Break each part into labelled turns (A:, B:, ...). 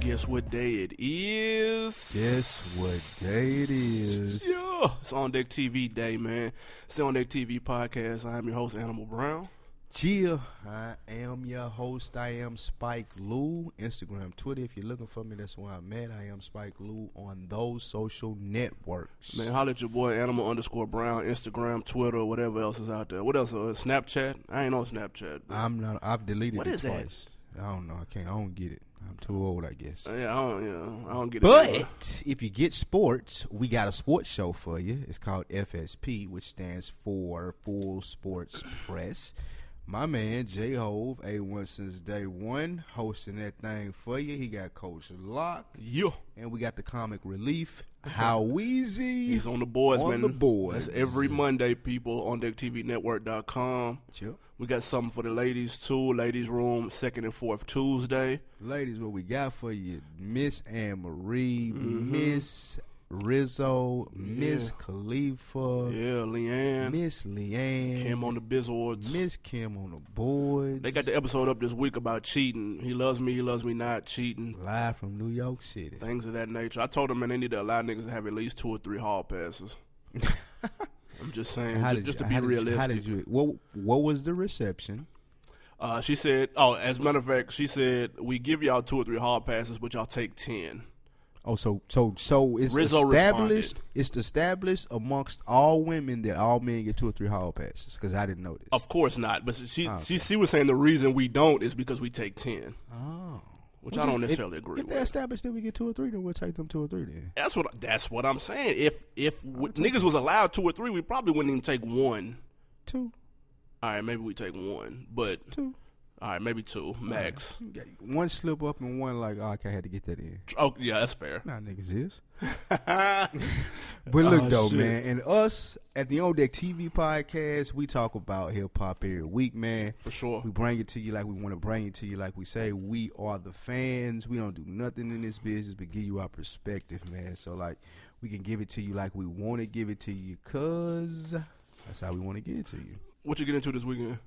A: Guess what day it is?
B: Guess what day it is?
A: Yeah. It's On Deck TV Day, man. It's the On Deck TV podcast. I am your host, Animal Brown.
B: Gia, I am your host. I am Spike Lou. Instagram, Twitter. If you're looking for me, that's where I'm at. I am Spike Lou on those social networks.
A: Man, holler at your boy, Animal underscore Brown, Instagram, Twitter, whatever else is out there. What else? Uh, Snapchat? I ain't on Snapchat. but-
B: I'm not. I've deleted
A: What
B: it
A: is that?
B: twice. I don't know. I can't. I don't get it. I'm too old, I guess.
A: Uh, yeah, I don't, yeah, I don't get it.
B: But if you get sports, we got a sports show for you. It's called FSP, which stands for Full Sports Press. My man J Hove, A1 since day one, hosting that thing for you. He got Coach Locke,
A: Yeah.
B: and we got the comic relief, Howeezy.
A: He's on the boards,
B: On
A: man.
B: the boards.
A: That's every Monday, people, on DeckTVNetwork.com.
B: Yep.
A: We got something for the ladies, too. Ladies' room, second and fourth Tuesday.
B: Ladies, what we got for you? Miss Anne Marie,
A: Mm-hmm.
B: Miss Rizzo, Miss Khalifa,
A: Yeah, Leanne.
B: Miss Leanne,
A: Kim on the Bizards.
B: Miss Kim on the boards.
A: They got the episode up this week about cheating. He loves me, he loves me not, cheating,
B: live from New York City.
A: things of that nature. I told him, man, they need to allow niggas to have at least two or three hall passes. I'm just saying, ju- just to
B: you-
A: be
B: how did you-
A: realistic.
B: how did you? What What was the reception?
A: uh, she said, oh, as a matter of fact, she said, we give y'all two or three hall passes, but y'all take 10.
B: Oh, so so so it's
A: Rizzo
B: established. It's established amongst all women that all men get two or three hall passes. Because I didn't know this.
A: Of course not.
B: Oh,
A: But she, she, she was saying the reason we don't is because we take 10,
B: Oh,
A: which I don't
B: if-
A: necessarily agree
B: If
A: with.
B: they established that we get two or three, then we'll take them two or three. Then
A: That's what that's what I'm saying. If if w- niggas was allowed two or three, we probably wouldn't even take one.
B: two,
A: All right, maybe we take one, but
B: two.
A: all right, maybe two max.
B: You got One slip up and one like, oh, okay, I had to get that in.
A: Oh yeah, that's fair.
B: Nah, niggas is. But look
A: Oh,
B: though,
A: shit.
B: man, and us at the On Deck TV podcast, we talk about hip hop every week, man.
A: For sure.
B: We bring it to you like we want to bring it to you, like we say. We are the fans. We don't do nothing in this business but give you our perspective, man. So like, we can give it to you like we want to give it to you, cause that's how we want to give it to you.
A: What you get into this weekend?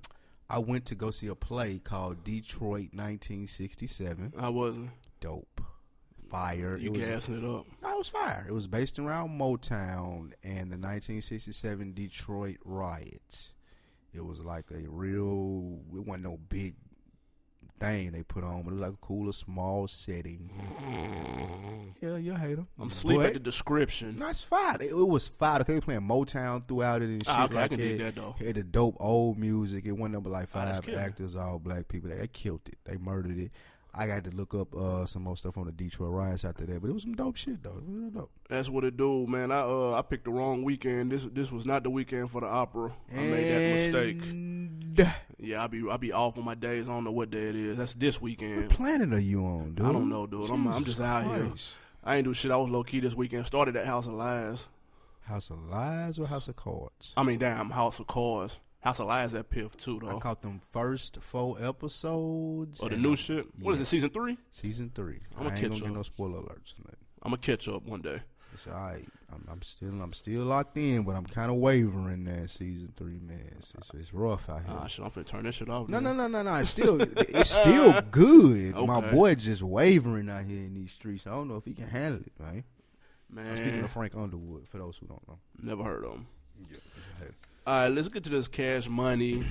B: I went to go see a play called Detroit 1967.
A: I wasn't.
B: Dope, fire.
A: You
B: it was
A: gassing it up.
B: no, it was fire. It was based around Motown and the 1967 Detroit riots. It was like a real. It wasn't no big thing they put on, but it was like a cooler, small setting. Yeah, you hate them.
A: I'm sleep at the description.
B: That's fire. It, it was fire. 'cause They were playing Motown throughout it and shit.
A: Ah, okay, I
B: like
A: can dig
B: that.
A: that, though.
B: Had the dope old music. It went up with like
A: Ah, that's
B: five
A: killer.
B: actors, all black people. They, they killed it. They murdered it. I got to look up uh, some more stuff on the Detroit riots after that, but it was some dope shit though. It was real dope.
A: That's what it do, man. I uh I picked the wrong weekend. This this was not the weekend for the opera. I made that mistake.
B: mistake.
A: Yeah, I be I be off on my days. I don't know what day it is. That's this
B: What
A: weekend.
B: planet are you on, dude?
A: I don't know, dude. I'm, I'm
B: Jesus
A: just out here.
B: Christ.
A: I ain't do shit. I was low key this weekend. Started at House of Lies.
B: House of Lies or House of Cards?
A: I mean, damn, House of Cards. House of Lies at Piff too,
B: I
A: though.
B: caught them first four episodes.
A: Or the
B: and
A: new
B: I'm-
A: shit. What is it?
B: yes.
A: Season three?
B: Season three.
A: I'ma
B: I ain't
A: catch
B: gonna
A: up.
B: get no spoiler alerts. or nothing.
A: I'm gonna catch up one day.
B: It's all right. I'm, I'm still I'm still locked in, but I'm kind of wavering there. Season three, man. It's, it's, it's rough out here.
A: Ah, shit, I'm finna turn that shit off.
B: No,
A: then.
B: no, no, no, no. It's still it's still good. My
A: Okay.
B: boy just wavering out here in these streets. I don't know if he can handle it, man. Speaking
A: Man,
B: of Frank Underwood, for those who don't know.
A: never heard of him.
B: Yeah.
A: All right, let's get to this cash money.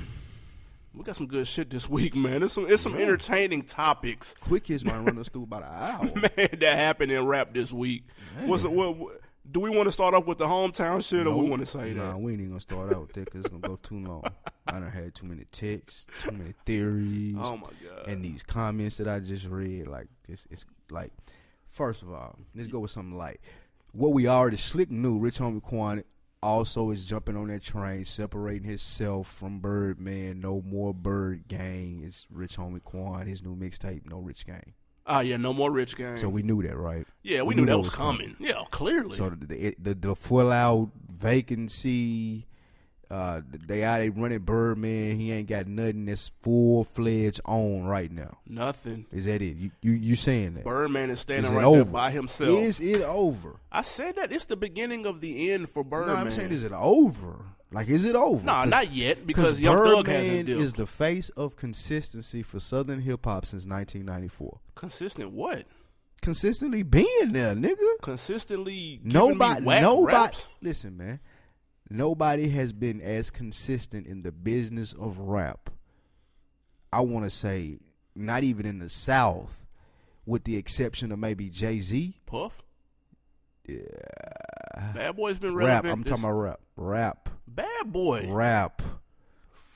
A: We got some good shit this week, man. It's some it's some entertaining topics,
B: Quick hits might run us through about an hour.
A: man, that happened in rap this week. What's the, what, what- do we want to start off with the hometown shit, or we want to say
B: nah,
A: that?
B: we ain't even gonna start out with that because it's gonna go too long. I done had too many texts, too many theories,
A: Oh my god!
B: and these comments that I just read. Like it's, it's like, first of all, let's go with something like what we already slick knew. Rich homie Quan also is jumping on that train, separating himself from Birdman. No more Bird Gang. It's Rich homie Quan. His new mixtape, No Rich Gang.
A: Ah, yeah, no more rich gang.
B: So we knew that, right?
A: yeah, we,
B: we
A: knew,
B: knew
A: that
B: what
A: was
B: was
A: coming. Yeah, clearly.
B: So the the, the, the full out vacancy. Uh, they out they running Birdman. He ain't got nothing that's full fledged on right now.
A: Nothing.
B: Is that it? You you you saying that?
A: Birdman is standing
B: Is it
A: right there
B: over?
A: by himself.
B: Is it over?
A: I said that it's the beginning of the end for Birdman.
B: No, I'm saying is it over? Like is it over?
A: Nah,
B: 'Cause-
A: not yet because
B: 'cause
A: Young
B: Birdman
A: Thug hasn't dipped.
B: is the face of consistency for Southern hip hop since 1994.
A: Consistent what?
B: consistently being there, nigga.
A: Consistently, giving
B: Nobody,
A: me whack
B: nobody.
A: raps?
B: Listen, man. Nobody has been as consistent in the business of rap. I want to say, not even in the South, with the exception of maybe Jay Z.
A: Puff. Yeah. Bad Boy's been
B: Rap.
A: relevant.
B: I'm
A: this-
B: talking about rap. Rap.
A: Bad Boy.
B: Rap.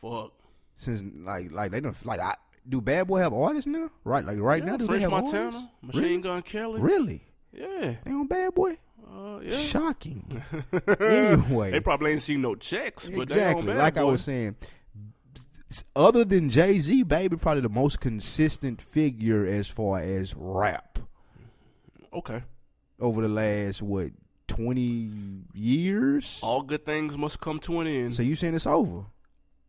A: Fuck.
B: Since like like they don't like I do Bad Boy have artists now? Right. Like right
A: Yeah,
B: now do
A: French
B: they have
A: Montana,
B: artists?
A: Machine
B: really?
A: Gun Kelly.
B: Really?
A: Yeah.
B: They on Bad Boy?
A: Uh, yeah.
B: Shocking. anyway.
A: They probably ain't seen no checks, but
B: Exactly.
A: they on Bad
B: like I
A: Boy.
B: was saying, s- other than Jay Z, baby, probably the most consistent figure as far as rap
A: Okay.
B: over the last what twenty years.
A: All good things must come to an end.
B: So you saying it's over?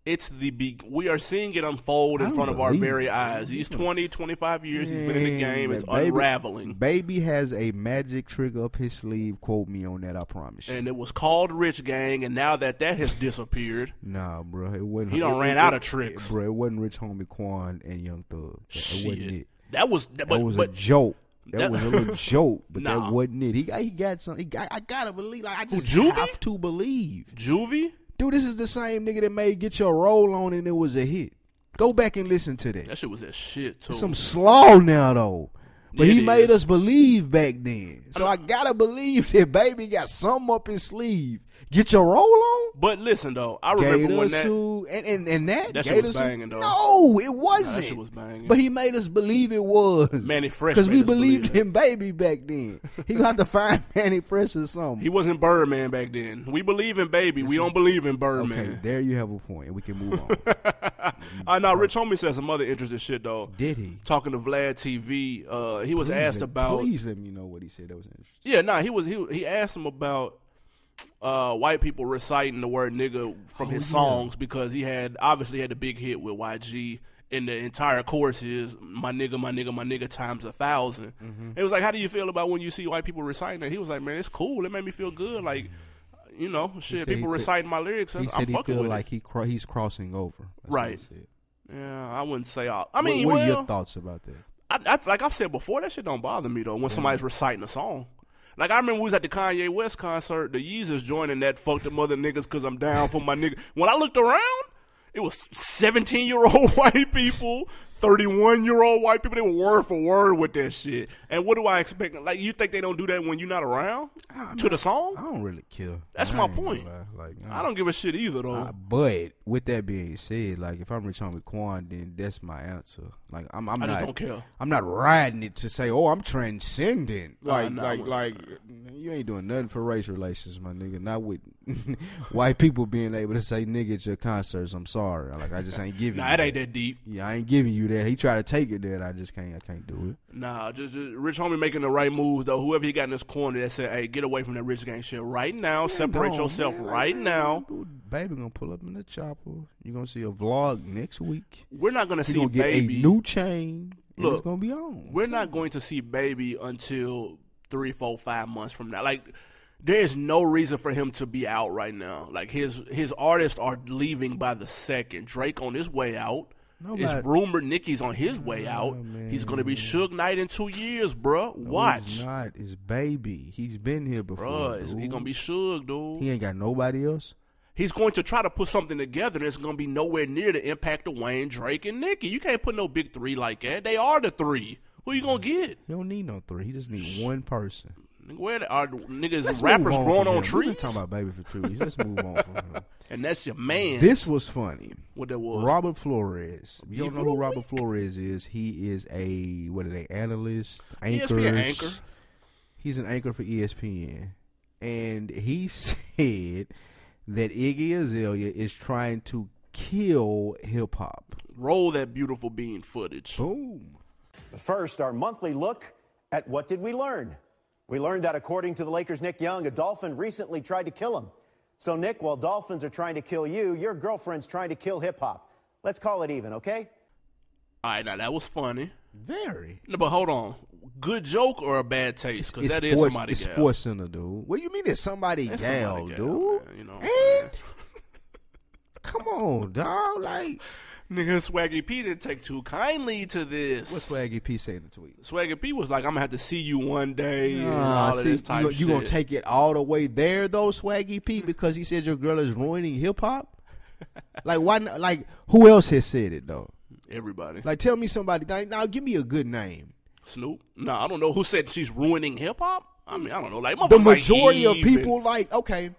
A: it's the be- we are seeing it unfold
B: I
A: in
B: don't
A: front of our
B: believe
A: very
B: it.
A: eyes. He's 20, 25 years. He's been in the
B: Man,
A: game. It's
B: baby-
A: unraveling.
B: Baby has a magic trick up his sleeve. Quote me on that. I promise you.
A: And it was called Rich Gang, and now that that has disappeared,
B: Nah, bro, it wasn't.
A: He done
B: it-
A: ran
B: it-
A: out of
B: it-
A: tricks.
B: bro. It wasn't Rich Homie Quan and Young Thug. That wasn't
A: shit.
B: it.
A: That was, that,
B: That
A: but,
B: was
A: but
B: a joke. That,
A: that-
B: was a little joke, but
A: Nah.
B: that wasn't it. He, he got some. He got, I gotta believe. Like, I just
A: Juvie?
B: have to believe,
A: Juvie,
B: dude. This is the same nigga that made "Get Your Roll On" and it was a hit. Go back and listen to that.
A: that shit was that shit too.
B: It's some slaw now though, but
A: Yeah,
B: he
A: it
B: made
A: is.
B: us believe back then. So I gotta believe that baby got some up his sleeve. Get your roll on.
A: but listen though, I remember
B: Gator
A: when that
B: suit and, and and that,
A: That shit
B: Gator
A: was
B: suit-
A: banging, though.
B: No, it wasn't.
A: shit was banging.
B: But he made us believe it was
A: Manny Fresh
B: because we
A: made us believe
B: believed
A: it.
B: him, baby, back then. He gonna have to find Manny Fresh or something.
A: he wasn't Birdman back then. We believe in baby. We don't believe in
B: okay,
A: Birdman.
B: there you have a point. We can move on.
A: Uh, now, Rich Homie said some other interesting shit though.
B: Did he?
A: Talking to Vlad TV, uh, he was asked
B: Please let-
A: about
B: Please let me know what he said. That was interesting.
A: Yeah, no, nah, he was he he asked him about uh, white people reciting the word nigga from
B: Oh,
A: his songs because he had obviously had a big hit with YG and the entire chorus is my nigga, my nigga, my nigga times a 1000
B: Mm-hmm.
A: It was like, how do you feel about when you see white people reciting that? He was like, man, it's cool. It made me feel good. Like, you know, shit,
B: said he
A: people
B: fe-
A: reciting my lyrics.
B: He
A: that's- I'm
B: said he
A: fucking
B: feel
A: with
B: like he cro- he's crossing over. That's what he
A: Right.
B: said.
A: it. Yeah, I wouldn't say. I, I
B: What-
A: mean,
B: what,
A: well,
B: are your thoughts about that?
A: I, I, like I've said before, that shit don't bother me though. When
B: Mm.
A: somebody's reciting a song, like I remember we was at the Kanye West concert, the Yeezys joining that "fuck the mother niggas" because I'm down for my nigga. When I looked around, it was 17 year old white people, 31 year old white people. They were word for word with that shit. And what do I expect? Like you think they don't do that when you're not around to the
B: I
A: song?
B: don't really care.
A: That's
B: I
A: my
B: ain't gonna
A: point.
B: lie. Like,
A: I don't give a shit either though.
B: Uh, but with that being said, like if I'm Rich Homie Quan, then that's my answer. Like I'm, I'm
A: I
B: not,
A: just don't care.
B: I'm not riding it to say, oh, I'm transcendent.
A: Nah,
B: Like,
A: nah, I
B: like,
A: wasn't.
B: like, you ain't doing nothing for race relations, my nigga. Not with white people being able to say nigga at your concerts. I'm sorry, like I just ain't giving.
A: nah,
B: you
A: it ain't that deep.
B: Yeah, I ain't giving you that. He tried to take it there. and I just can't. I can't do it.
A: Nah, just, just Rich Homie making the right moves though. Whoever he got in this corner that said, "Hey, get away from that Rich Gang shit right now. Separate
B: Dog,
A: yourself
B: man, like,
A: right
B: man,
A: now."
B: dude, Baby gonna pull up in the chopper. You gonna see a vlog next week.
A: We're not gonna
B: You
A: see
B: gonna get
A: Baby.
B: a new chain. and it's
A: Look,
B: gonna be on.
A: We're not going to see Baby until three, four, five months from now. Like, there is no reason for him to be out right now. Like his his artists are leaving by the second. Drake on his way out. It's
B: Nobody-
A: rumored Nicky's on his way out. He's gonna be Suge Knight in two years, bruh.
B: He's
A: Watch,
B: not. It's baby. He's been here before.
A: bruh. It's- He
B: dude.
A: gonna be Suge, dude.
B: He ain't got nobody else.
A: He's going to try to put something together that's going to be nowhere near the impact of Wayne, Drake, and Nicki. You can't put no big three like that. They are the three. Who you gonna get?
B: He don't need no three. He just need one person.
A: Nigga, Where the- are the niggas
B: Let's move
A: rappers
B: on
A: growing
B: from
A: on
B: him. We've been
A: trees?
B: talking about baby for three weeks. Let's move on from him.
A: And that's your man. uh,
B: This was funny.
A: what that was?
B: Robert Flores. You don't know who Robert Flores is. He is a what are they? Analyst, anchor.
A: ESPN anchor.
B: He's an anchor for E ESPN, and he said that Iggy Azalea is trying to kill hip hop.
A: Roll that beautiful bean footage.
B: Boom.
C: But First, our monthly look at what did we learn? We learned that according to the Lakers' Nick Young, a dolphin recently tried to kill him. So, Nick, while dolphins are trying to kill you, your girlfriend's trying to kill hip hop. Let's call it even, okay?
A: All right, now that was funny.
B: Very.
A: No, But hold on, good joke or a bad taste? Because that is
B: sports,
A: somebody.
B: it's
A: gal.
B: sports center, dude. What do you mean it's somebody
A: That's
B: gal,
A: somebody gal,
B: dude?
A: man, you know what I'm
B: and come on, dog. Like
A: Nigga, Swaggy P didn't take too kindly to this.
B: What's Swaggy P saying in the tweet?
A: Swaggy P was like, I'm gonna have to see you one day and
B: Ah,
A: all
B: see,
A: of this type
B: you,
A: shit.
B: you gonna take it all the way there though, Swaggy P, because he said your girl is ruining hip hop. like why? Not, like who else has said it though?
A: everybody.
B: Like tell me somebody. Now, now give me a good name.
A: Snoop? No, I don't know who said she's ruining hip hop. I mean, I don't know. Like
B: The
A: motherfuckers like
B: majority of
A: Eve and-
B: people like okay,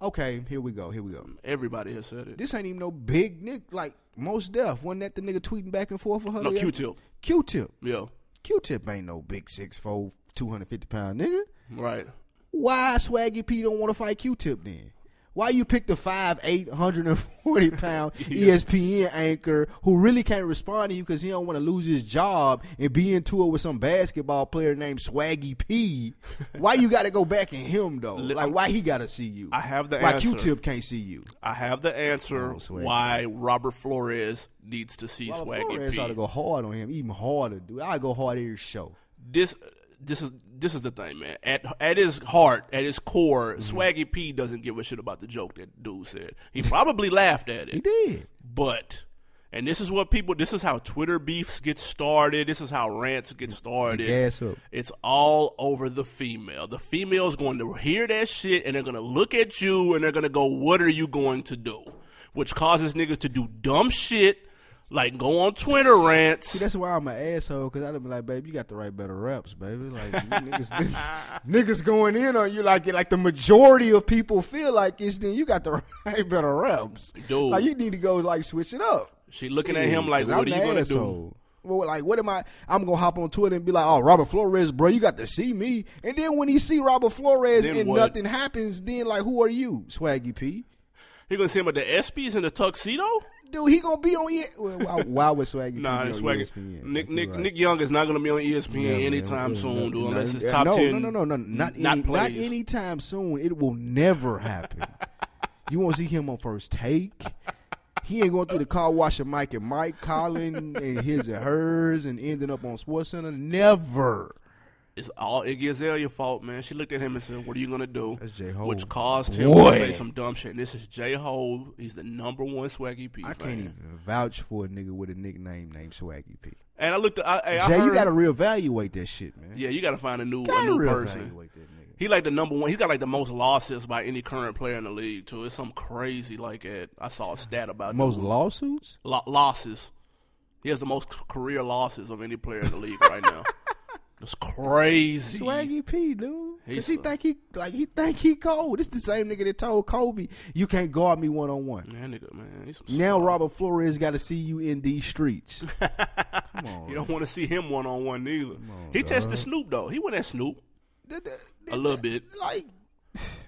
B: okay. Here we go. Here we go.
A: everybody has said it.
B: This ain't even no big nick. Like most deaf. Wasn't that the nigga tweeting back and forth for her?
A: no,
B: the other-
A: Q-Tip.
B: Q-tip.
A: Yeah,
B: Q-tip ain't no big six four, two hundred fifty pound nigga.
A: right.
B: why Swaggy P don't want to fight Q-Tip then? Why you pick the five eight hundred and forty pound E ESPN anchor who really can't respond to you because he don't want to lose his job and be in tour with some basketball player named Swaggy P? Why you got to go back and him though? Like why he got to see you?
A: I have the
B: why
A: answer.
B: Q-Tip can't see you.
A: I have the answer
B: Oh, Swaggy.
A: why Robert Flores needs to see
B: Well,
A: Swaggy
B: Flores
A: P.
B: ought to go hard on him, even harder, dude. I go hard every show.
A: This this is this is the thing, man. At at his heart, at his core,
B: Mm-hmm.
A: Swaggy P doesn't give a shit about the joke that dude said. He probably laughed at it.
B: He did.
A: But and this is what people this is how Twitter beefs get started. This is how rants get started.
B: gas up.
A: It's all over the female. The female's going to hear that shit and they're going to look at you and they're going to go, "What are you going to do?" which causes niggas to do dumb shit like go on Twitter rants.
B: That's why I'm an asshole because I'd be like, babe, you got the right better reps, baby. Like niggas, niggas going in on you like it, like the majority of people feel like it's then you got the right better reps.
A: Dude.
B: Like you need to go like switch it up.
A: She looking at him like,
B: 'cause
A: "What
B: I'm
A: are you
B: the
A: gonna do?"
B: asshole. Well, like, what am I? I'm gonna hop on Twitter and be like, "Oh, Robert Flores, bro, you got to see me." And then when he see Robert Flores
A: Then
B: and
A: what?
B: nothing happens, then like, who are you, Swaggy P?
A: You're going to see him at the ESPYs in the tuxedo?
B: Dude, he gonna be on. E- well, why, why would Swaggy?
A: Nah,
B: P be
A: that's
B: on
A: Swaggy.
B: ESPN?
A: Nick Nick
B: Like, you're right.
A: Nick Young is not going to be on E ESPN
B: Yeah, man.
A: anytime
B: Yeah,
A: soon,
B: no,
A: dude,
B: no,
A: unless it's
B: yeah,
A: top
B: no,
A: 10.
B: No, no, no, no, not
A: not
B: any, not
A: plays.
B: anytime soon. It will never happen. you won't see him on first take. He ain't going through the car wash of Mike and Mike Collin and his and hers and ending up on Sports Center. Never.
A: It's all Iggy Azalea's fault, man. She looked at him and said, "What are you gonna do?"
B: That's J-Ho.
A: which caused him
B: Boy.
A: to say some dumb shit. And this is J Ho. He's the number one Swaggy P.
B: I
A: fan.
B: can't even vouch for a nigga with a nickname named Swaggy P.
A: And I looked. At, I, I
B: Jay,
A: heard,
B: you gotta reevaluate that shit, man.
A: yeah, you gotta find a new, a
B: gotta
A: new
B: reevaluate
A: person.
B: that nigga.
A: He like the number one. He's got like the most losses by any current player in the league too. It's some crazy like it. I saw a stat about
B: Most
A: the-
B: lawsuits?
A: lo- losses. He has the most c- career losses of any player in the league right now. It's crazy.
B: Swaggy P, dude.
A: He's
B: Cause he
A: a-
B: think he like he think he cold. It's the same nigga that told Kobe, "You can't guard me one on one."
A: Man, nigga, man. He's some
B: Now Robert Flores got to see you in these streets. Come on,
A: You don't want to see him one on one neither. he tested Snoop though. He went at Snoop
B: Th- th-
A: a little bit,
B: like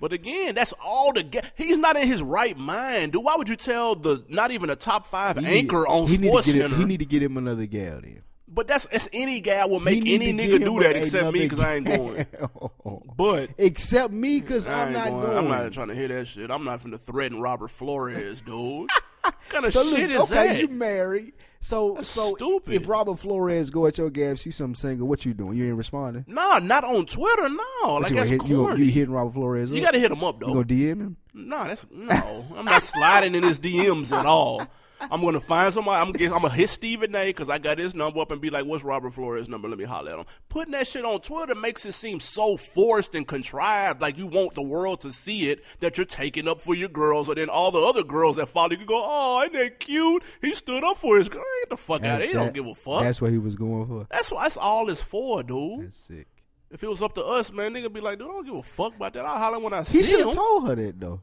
A: but again, that's all the. Ga- He's not in his right mind, dude. Why would you tell the not even a top five
B: he
A: anchor
B: need-
A: on
B: he need to
A: Sports
B: get him-
A: Center?
B: he need to get him another gal then.
A: but that's that's any guy will make
B: He need
A: any
B: to
A: nigga
B: get him
A: do that
B: a-
A: except me
B: another
A: because I ain't going.
B: gal.
A: But
B: Except me, cause
A: I
B: I'm
A: ain't
B: not
A: going,
B: going.
A: I'm not trying to hear that shit. I'm not finna threaten Robert Flores, dude. what kind of
B: so
A: shit
B: look,
A: is
B: okay,
A: that?
B: you married. So so
A: stupid.
B: if Robert Flores go at your gab, see some single, what you doing? You ain't responding.
A: nah, not on Twitter. No, like
B: you, gonna
A: that's
B: hit, you, gonna-
A: corny.
B: you
A: You,
B: hitting Robert Flores? up?
A: gotta hit him up though.
B: You gonna DM him?
A: No, that's no. I'm not sliding in his DMs at all. I'm gonna find somebody. I'm gonna, I'm gonna hit Stephen A. because I got his number up and be like, "What's Robert Flores' number? Let me holler at him." Putting that shit on Twitter makes it seem so forced and contrived, like you want the world to see it that you're taking up for your girls, and then all the other girls that follow you go, "Oh, ain't that cute? He stood up for his girl. Get the fuck out of here! He don't
B: That-
A: give a fuck." That's,
B: That's what he was going for.
A: why. That's all it's for, dude.
B: That's sick.
A: If it was up to us, man, nigga be like, "Dude, I don't give a fuck about that. I'll holler when I
B: He
A: see
B: should
A: him."
B: have told her that though.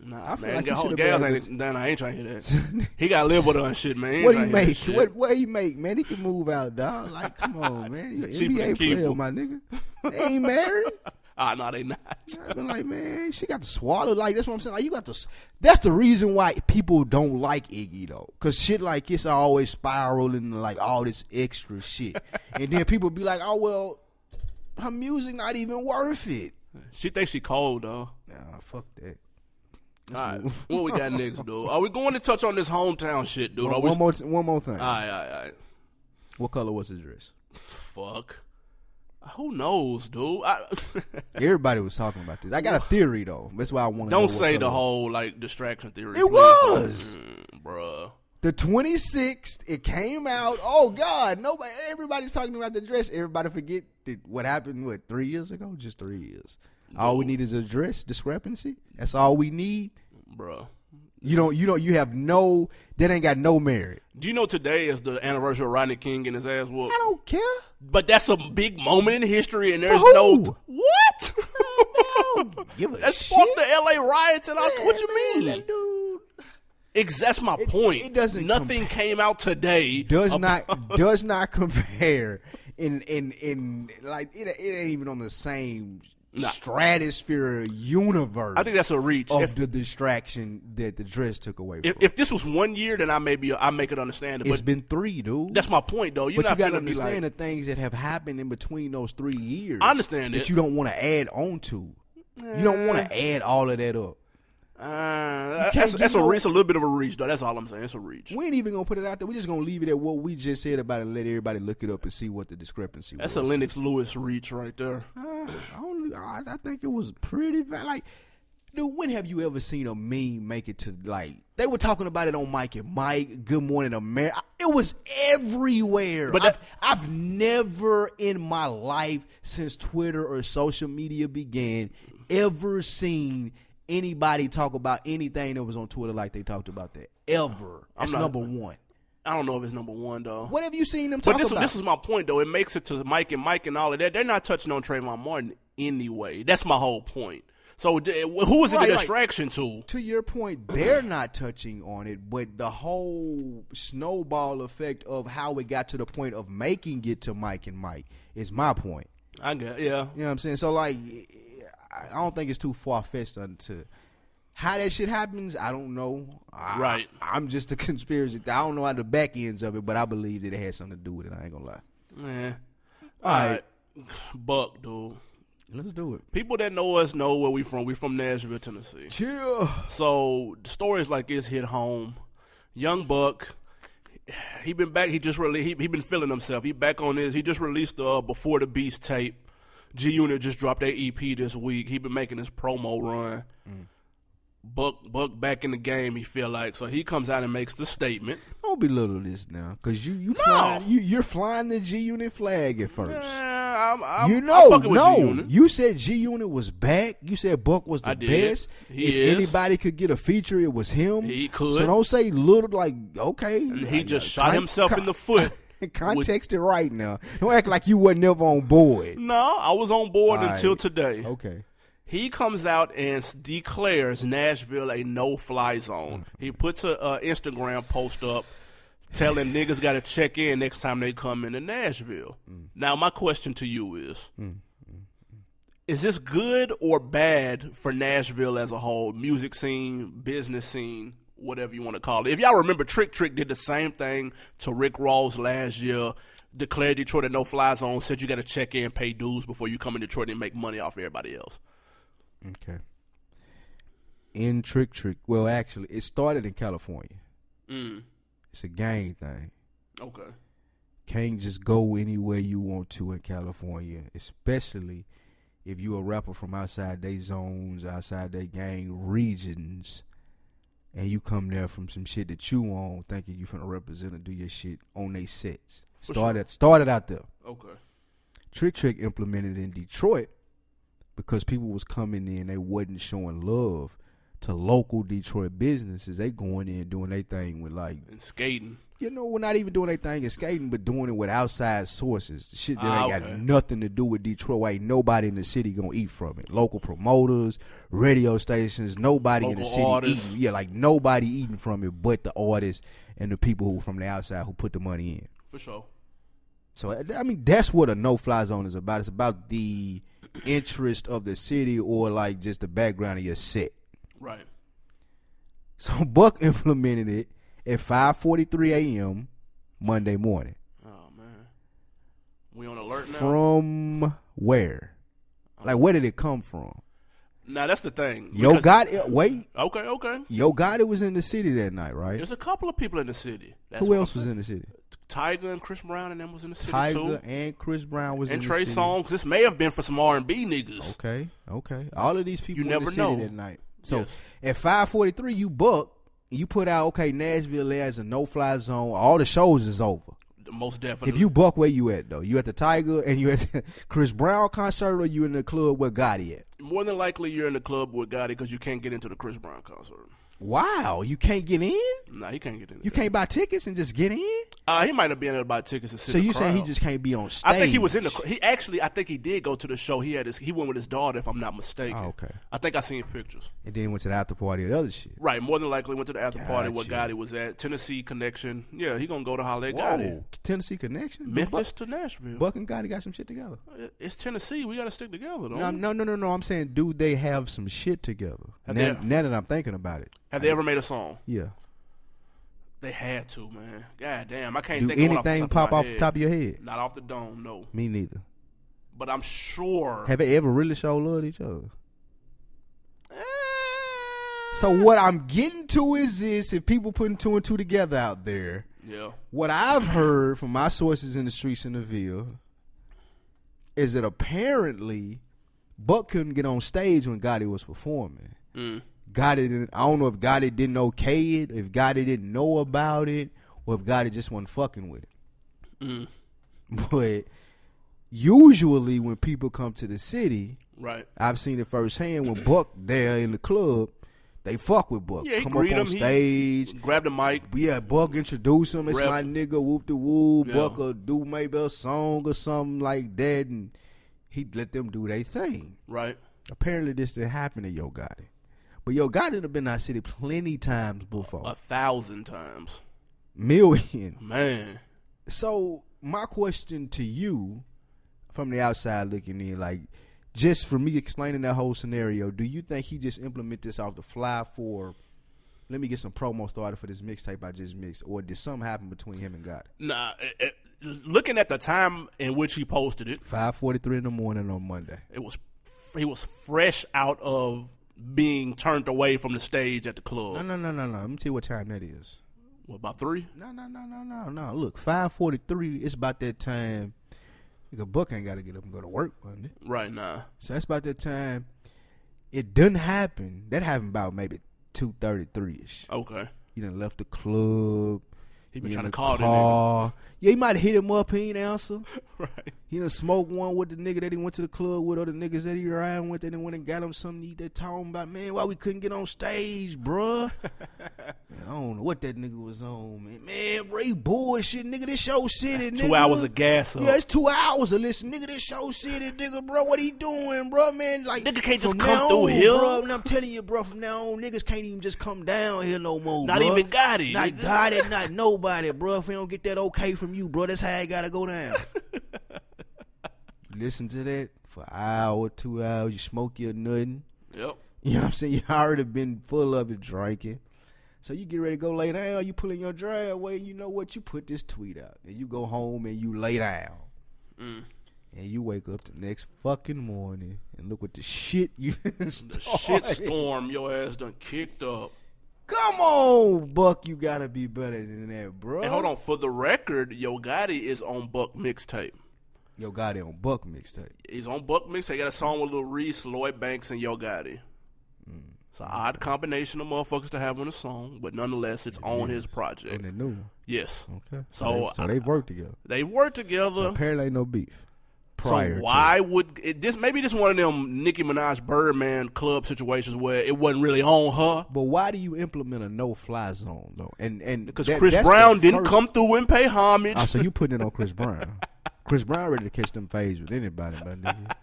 A: Nah,
B: I feel
A: man,
B: like he
A: that whole
B: should've
A: gas
B: been-
A: ain't nah, nah, I ain't trying to hear that. he got to live with her and shit, man. He ain't
B: What he
A: tryna hear that
B: make?
A: shit.
B: What what he make? Man, he can move out, dog. Like, come on, man. You
A: Cheaper than
B: NBA player,
A: Keeble.
B: my nigga. They ain't married.
A: Ah, no, they not.
B: I've been like, man, she got to swallow. Like, that's what I'm saying. Like, you got to. s- That's the reason why people don't like Iggy though, because shit like this are always spiraling like all this extra shit, and then people be like, oh well, her music not even worth it.
A: She thinks she cold though.
B: Nah, fuck that.
A: All right, what we got next, dude? Are we going to touch on this hometown shit, dude? Are
B: One,
A: we?
B: more, t- one more
A: All
B: thing.
A: right, all right, all right.
B: What color was his dress?
A: Fuck. Who knows, dude? I,
B: Everybody was talking about this. I got a theory though. That's why I want to.
A: don't say the whole like distraction theory.
B: It was.
A: Mm, bruh.
B: The 26th, it came out. Oh God, nobody, everybody's talking about the dress. Everybody forget that what happened. What three years ago? Just three years. All we need is a dress discrepancy. That's all we need.
A: Bruh.
B: You don't. You don't. You have no. That ain't got no merit.
A: Do you know today is the anniversary of Rodney King and his ass whoop?
B: I don't care.
A: But that's a big moment in history, and there's
B: who?
A: no what.
B: Give a
A: That
B: shit.
A: sparked the L.A. riots, and all, what you
B: Man,
A: mean?
B: that dude
A: Ex- that's my point.
B: it doesn't
A: Nothing came out today.
B: does
A: ab-
B: not does not compare. In in in like it, it ain't even on the same stratosphere universe.
A: I think that's a reach.
B: of
A: If,
B: the distraction that the dress took away. From.
A: if, if this was one year, then I maybe I make it understandable.
B: it's
A: But
B: been three, dude.
A: that's my point, though. You're
B: but you
A: not
B: got to
A: finna be like-
B: understand the things that have happened in between those three years.
A: I understand
B: that
A: it. Eh.
B: you don't want to add on to. You don't want to add all of that up.
A: Uh,
B: can't
A: that's
B: do
A: that's a
B: no-
A: reach, a little bit of a reach, though. That's all I'm saying. It's a reach.
B: We ain't even gonna put it out there. We're just gonna leave it at what we just said about it and let everybody look it up and see what the discrepancy
A: That's a
B: was.
A: Lennox Lewis reach right there.
B: Uh, I, don't, I, I think it was pretty va- like. Dude, when have you ever seen a meme make it to like they were talking about it on Mike and Mike, Good Morning America. It was everywhere.
A: But
B: But
A: that-
B: I've, I've never in my life since Twitter or social media began ever seen anybody talk about anything that was on Twitter like they talked about that ever. That's
A: not-
B: number one.
A: I don't know if it's number one though.
B: What have you seen them talk
A: But this,
B: about?
A: this is my point, though. It makes it to Mike and Mike and all of that. They're not touching on Trayvon Martin anyway. That's my whole point. So d- who is it
B: Right,
A: a
B: like-
A: distraction to?
B: to your point, they're not touching on it, but the whole snowball effect of how it got to the point of making it to Mike and Mike is my point.
A: I guess, yeah.
B: You know what I'm saying? So like, I I don't think it's too far fetched to how that shit happens. I don't know. I,
A: Right.
B: I'm just a conspiracy. I don't know how the back ends of it, but I believe that it had something to do with it. I ain't gonna lie.
A: Eh.
B: All right,
A: Buck, dude.
B: let's do it.
A: People that know us know where we from. We from Nashville, Tennessee.
B: Chill.
A: So stories like this hit home. Young Buck, he been back. He just really he, he been feeling himself. He back on his. He just released the uh, Before the Beast tape. G Unit just dropped their EP this week. He been making his promo run. Buck Buck back in the game. He feel like so he comes out and makes the statement.
B: Don't belittle this now, cause you you flying, you you're flying the G Unit flag at first.
A: Eh, I'm- I'm-
B: You
A: I'm
B: know,
A: fucking with
B: no.
A: G-Unit.
B: You said G Unit was back. You said Buck was the
A: I did.
B: best.
A: He
B: if
A: is.
B: anybody could get a feature, it was him.
A: He could.
B: So don't say little like okay.
A: he
B: like,
A: just
B: uh,
A: shot
B: con-
A: himself
B: con-
A: in the foot.
B: Context it right now. Don't act like you wasn't ever on board.
A: No, I was on board
B: All
A: until
B: right.
A: today.
B: Okay.
A: He comes out and s- declares Nashville a no-fly zone. He puts a, a Instagram post up telling niggas got to check in next time they come into Nashville. Now, my question to you is: Is this good or bad for Nashville as a whole, music scene, business scene? Whatever you want to call it. If y'all remember, Trick Trick did the same thing to Rick Ross last year, declared Detroit a no fly zone, said you got to check in, pay dues before you come in Detroit and make money off everybody else.
B: Okay. In Trick Trick. Well, actually, it started in California. It's a gang thing.
A: Mm. Okay.
B: can't just go anywhere you want to in California, especially if you a rapper from outside they zones, outside they gang regions, and you come there from some shit that you on, thinking you finna represent and do your shit on they sets. Started started out there.
A: Okay.
B: Trick Trick implemented in Detroit because people was coming in, they wasn't showing love to local Detroit businesses. They going in doing their thing with like
A: And skating.
B: you know, we're not even doing anything in skating, but doing it with outside sources. Shit that
A: Ah,
B: ain't
A: okay.
B: got nothing to do with Detroit. Ain't nobody in the city gonna eat from it. Local promoters, radio stations, nobody in the
A: Local
B: city
A: artists.
B: eating. Yeah, like nobody eating from it but the artists and the people who from the outside who put the money in.
A: For sure.
B: So uh, I- I mean, that's what a no-fly zone is about. It's about the interest of the city or like just the background of your set.
A: Right.
B: So Buck implemented it at 5:43 a.m. Monday morning.
A: Oh man. We on alert now.
B: From where? Like where did it come from?
A: now that's the thing.
B: Yo
A: because-
B: God eh, wait,
A: Okay, okay.
B: Yo God it was in the city that night, right?
A: There's a couple of people in the city. That's
B: Who
A: what
B: else
A: I'm
B: was
A: saying.
B: in the city?
A: Tiger and Chris Brown and them was in the city
B: Tiger
A: too.
B: and Chris Brown was
A: And
B: in
A: Trey
B: the city.
A: Songz. This may have been for some R and B niggas.
B: Okay, okay. All of these people
A: You
B: in
A: never
B: the city
A: know.
B: that night. So
A: Yes.
B: at 5:43 you buck you put out okay Nashville as a no fly zone, all the shows is over.
A: Most definitely.
B: If you buck where you at though, you at the Tiger and you at the Chris Brown concert or you in the club where Gotti at.
A: More than likely, you're in the club with Gotti because you can't get into the Chris Brown concert.
B: Wow, you can't get in.
A: Nah, he can't get in.
B: You can't buy tickets and just get in.
A: Uh, he might have been able to buy tickets. And sit
B: So
A: in the
B: you saying he
A: crowd.
B: just can't be on stage?
A: I think he was in the. cr- He actually, I think he did go to the show. He had his. He went with his daughter, if I'm not mistaken.
B: Oh, okay.
A: I think I seen pictures.
B: and then went to the after party and other shit.
A: Right, more than likely went to the after party where
B: Gotcha.
A: Gotti was at. Tennessee connection. Yeah, he gonna go to holler at Gotti.
B: Tennessee connection.
A: Memphis Oh. to Nashville.
B: Buck and Gotti got some shit together.
A: it's Tennessee. We gotta stick together, though.
B: No, no, no, no, no. I'm saying, do they have some shit together?
A: Have
B: Now,
A: they-
B: now that I'm thinking about it,
A: Have they ever made a song?
B: yeah.
A: They had to, man. God damn, I can't
B: Do
A: think. of one off the
B: anything
A: top
B: pop
A: of my
B: off the
A: head.
B: top of your head?
A: Not off the dome, no.
B: Me neither.
A: But I'm sure.
B: Have they ever really showed love to each other?
A: Eh,
B: So what I'm getting to is this: if people putting two and two together out there,
A: yeah.
B: what I've heard from my sources in the streets in the Ville is that apparently Buck couldn't get on stage when Gotti was performing.
A: Mm.
B: Gotti, didn't, I don't know if Gotti didn't okay it, if Gotti didn't know about it, or if Gotti just wasn't fucking with it.
A: Mm.
B: But usually when people come to the city,
A: Right.
B: I've seen it firsthand when Buck there in the club, they fuck with Buck.
A: Yeah, he
B: come up
A: greet
B: on
A: him, he-
B: stage,
A: Grab the mic.
B: yeah, Buck introduce him. It's
A: Rep.
B: my nigga. Whoop the woo.
A: Yeah.
B: Buck will do maybe a song or something like that, and he let them do their thing.
A: Right.
B: Apparently, this didn't happen to Yo Gotti, but Yo Gotti have been in our city plenty times before,
A: A thousand times,
B: million.
A: man.
B: So my question to you, from the outside looking in, like just for me explaining that whole scenario, do you think he just implement this off the fly for? Let me get some promo started for this mixtape I just mixed, or did something happen between him and Gotti?
A: Nah, it, it, looking at the time in which he posted it,
B: Five forty three in the morning on Monday.
A: it was he was fresh out of being turned away from the stage at the club.
B: No, no, no, no, no. Let me tell you what time that is.
A: What about three?
B: No, no, no, no, no, no. Look, five forty three. It's about that time. Nigga, Buck ain't got to get up and go to work Monday,
A: Right now,
B: so that's about that time. It doesn't happen. That happened about maybe two thirty three ish.
A: okay.
B: You done left the club.
A: He been
B: you
A: tryna
B: in the
A: call that nigga.
B: car. Yeah, he might hit him up. He ain't answer.
A: Right.
B: He done smoked one with the nigga that he went to the club with, or the niggas that he riding with, and then went and got him something to eat. They talking about, man, why we couldn't get on stage, bruh. man, I don't know what that nigga was on, man. Man, Ray bullshit, nigga, this show city, nigga.
A: Two hours of gas up.
B: Yeah, it's two hours of listen, nigga. This show city, nigga, bro. What he doing, bro? Man, like
A: Nigga can't just
B: from
A: come
B: now
A: through
B: on,
A: here.
B: bro. And I'm telling you, bro, from now on, niggas can't even just come down here no more.
A: Not
B: bruh.
A: even Gotti,
B: not
A: nigga.
B: Gotti, not nobody, bro. If we don't get that okay from you, bro, that's how it gotta go down. you listen to that for an hour, two hours. You smoke your nothing.
A: Yep.
B: You know what I'm saying? You already been full of it drinking. So you get ready to go lay down, you pull in your driveway, and you know what? You put this tweet out. And you go home and you lay down.
A: Mm.
B: And you wake up the next fucking morning and look what the shit you
A: The
B: started.
A: shit storm your ass done kicked up.
B: Come on, Buck, you gotta be better than that, bro.
A: And hold on, for the record, Yo Gotti is on Buck mixtape.
B: Yo, got it on Buck mixtape.
A: He's on Buck mixtape. Got a song with Lil Reese, Lloyd Banks, and Yo Gotti. It's an odd combination of motherfuckers to have on a song, but nonetheless, it's on his
B: And
A: project.
B: the new one.
A: Yes.
B: Okay.
A: So,
B: they, so they've worked together.
A: They've worked together.
B: Apparently ain't no beef.
A: So,
B: Prior to
A: why would it, this? Maybe this one of them Nicki Minaj Birdman club situations where it wasn't really on her
B: But why do you implement a no fly zone though? And and
A: because
B: that-
A: Chris
B: that's the
A: Brown didn't
B: first-
A: come through and pay homage.
B: Ah, so you putting it on Chris Brown? Chris Brown ready to catch them fades with anybody, my nigga.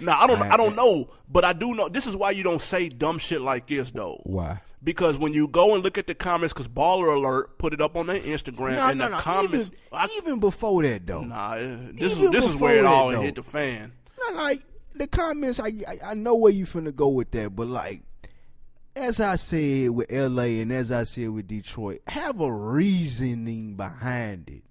A: Now I don't
B: I-
A: I don't know, but I do know this is why you don't say dumb shit like this though.
B: Why?
A: Because when you go and look at the comments, because Baller Alert put it up on their Instagram
B: No,
A: and
B: no,
A: the
B: no.
A: comments,
B: Even,
A: I,
B: even before that though,
A: nah, eh, this is
B: even
A: this is
B: before
A: where it
B: that,
A: all
B: though.
A: hit the fan.
B: No, like the comments, I, I I know where you finna go with that, but like as I said with LA and as I said with Detroit, have a reasoning behind it.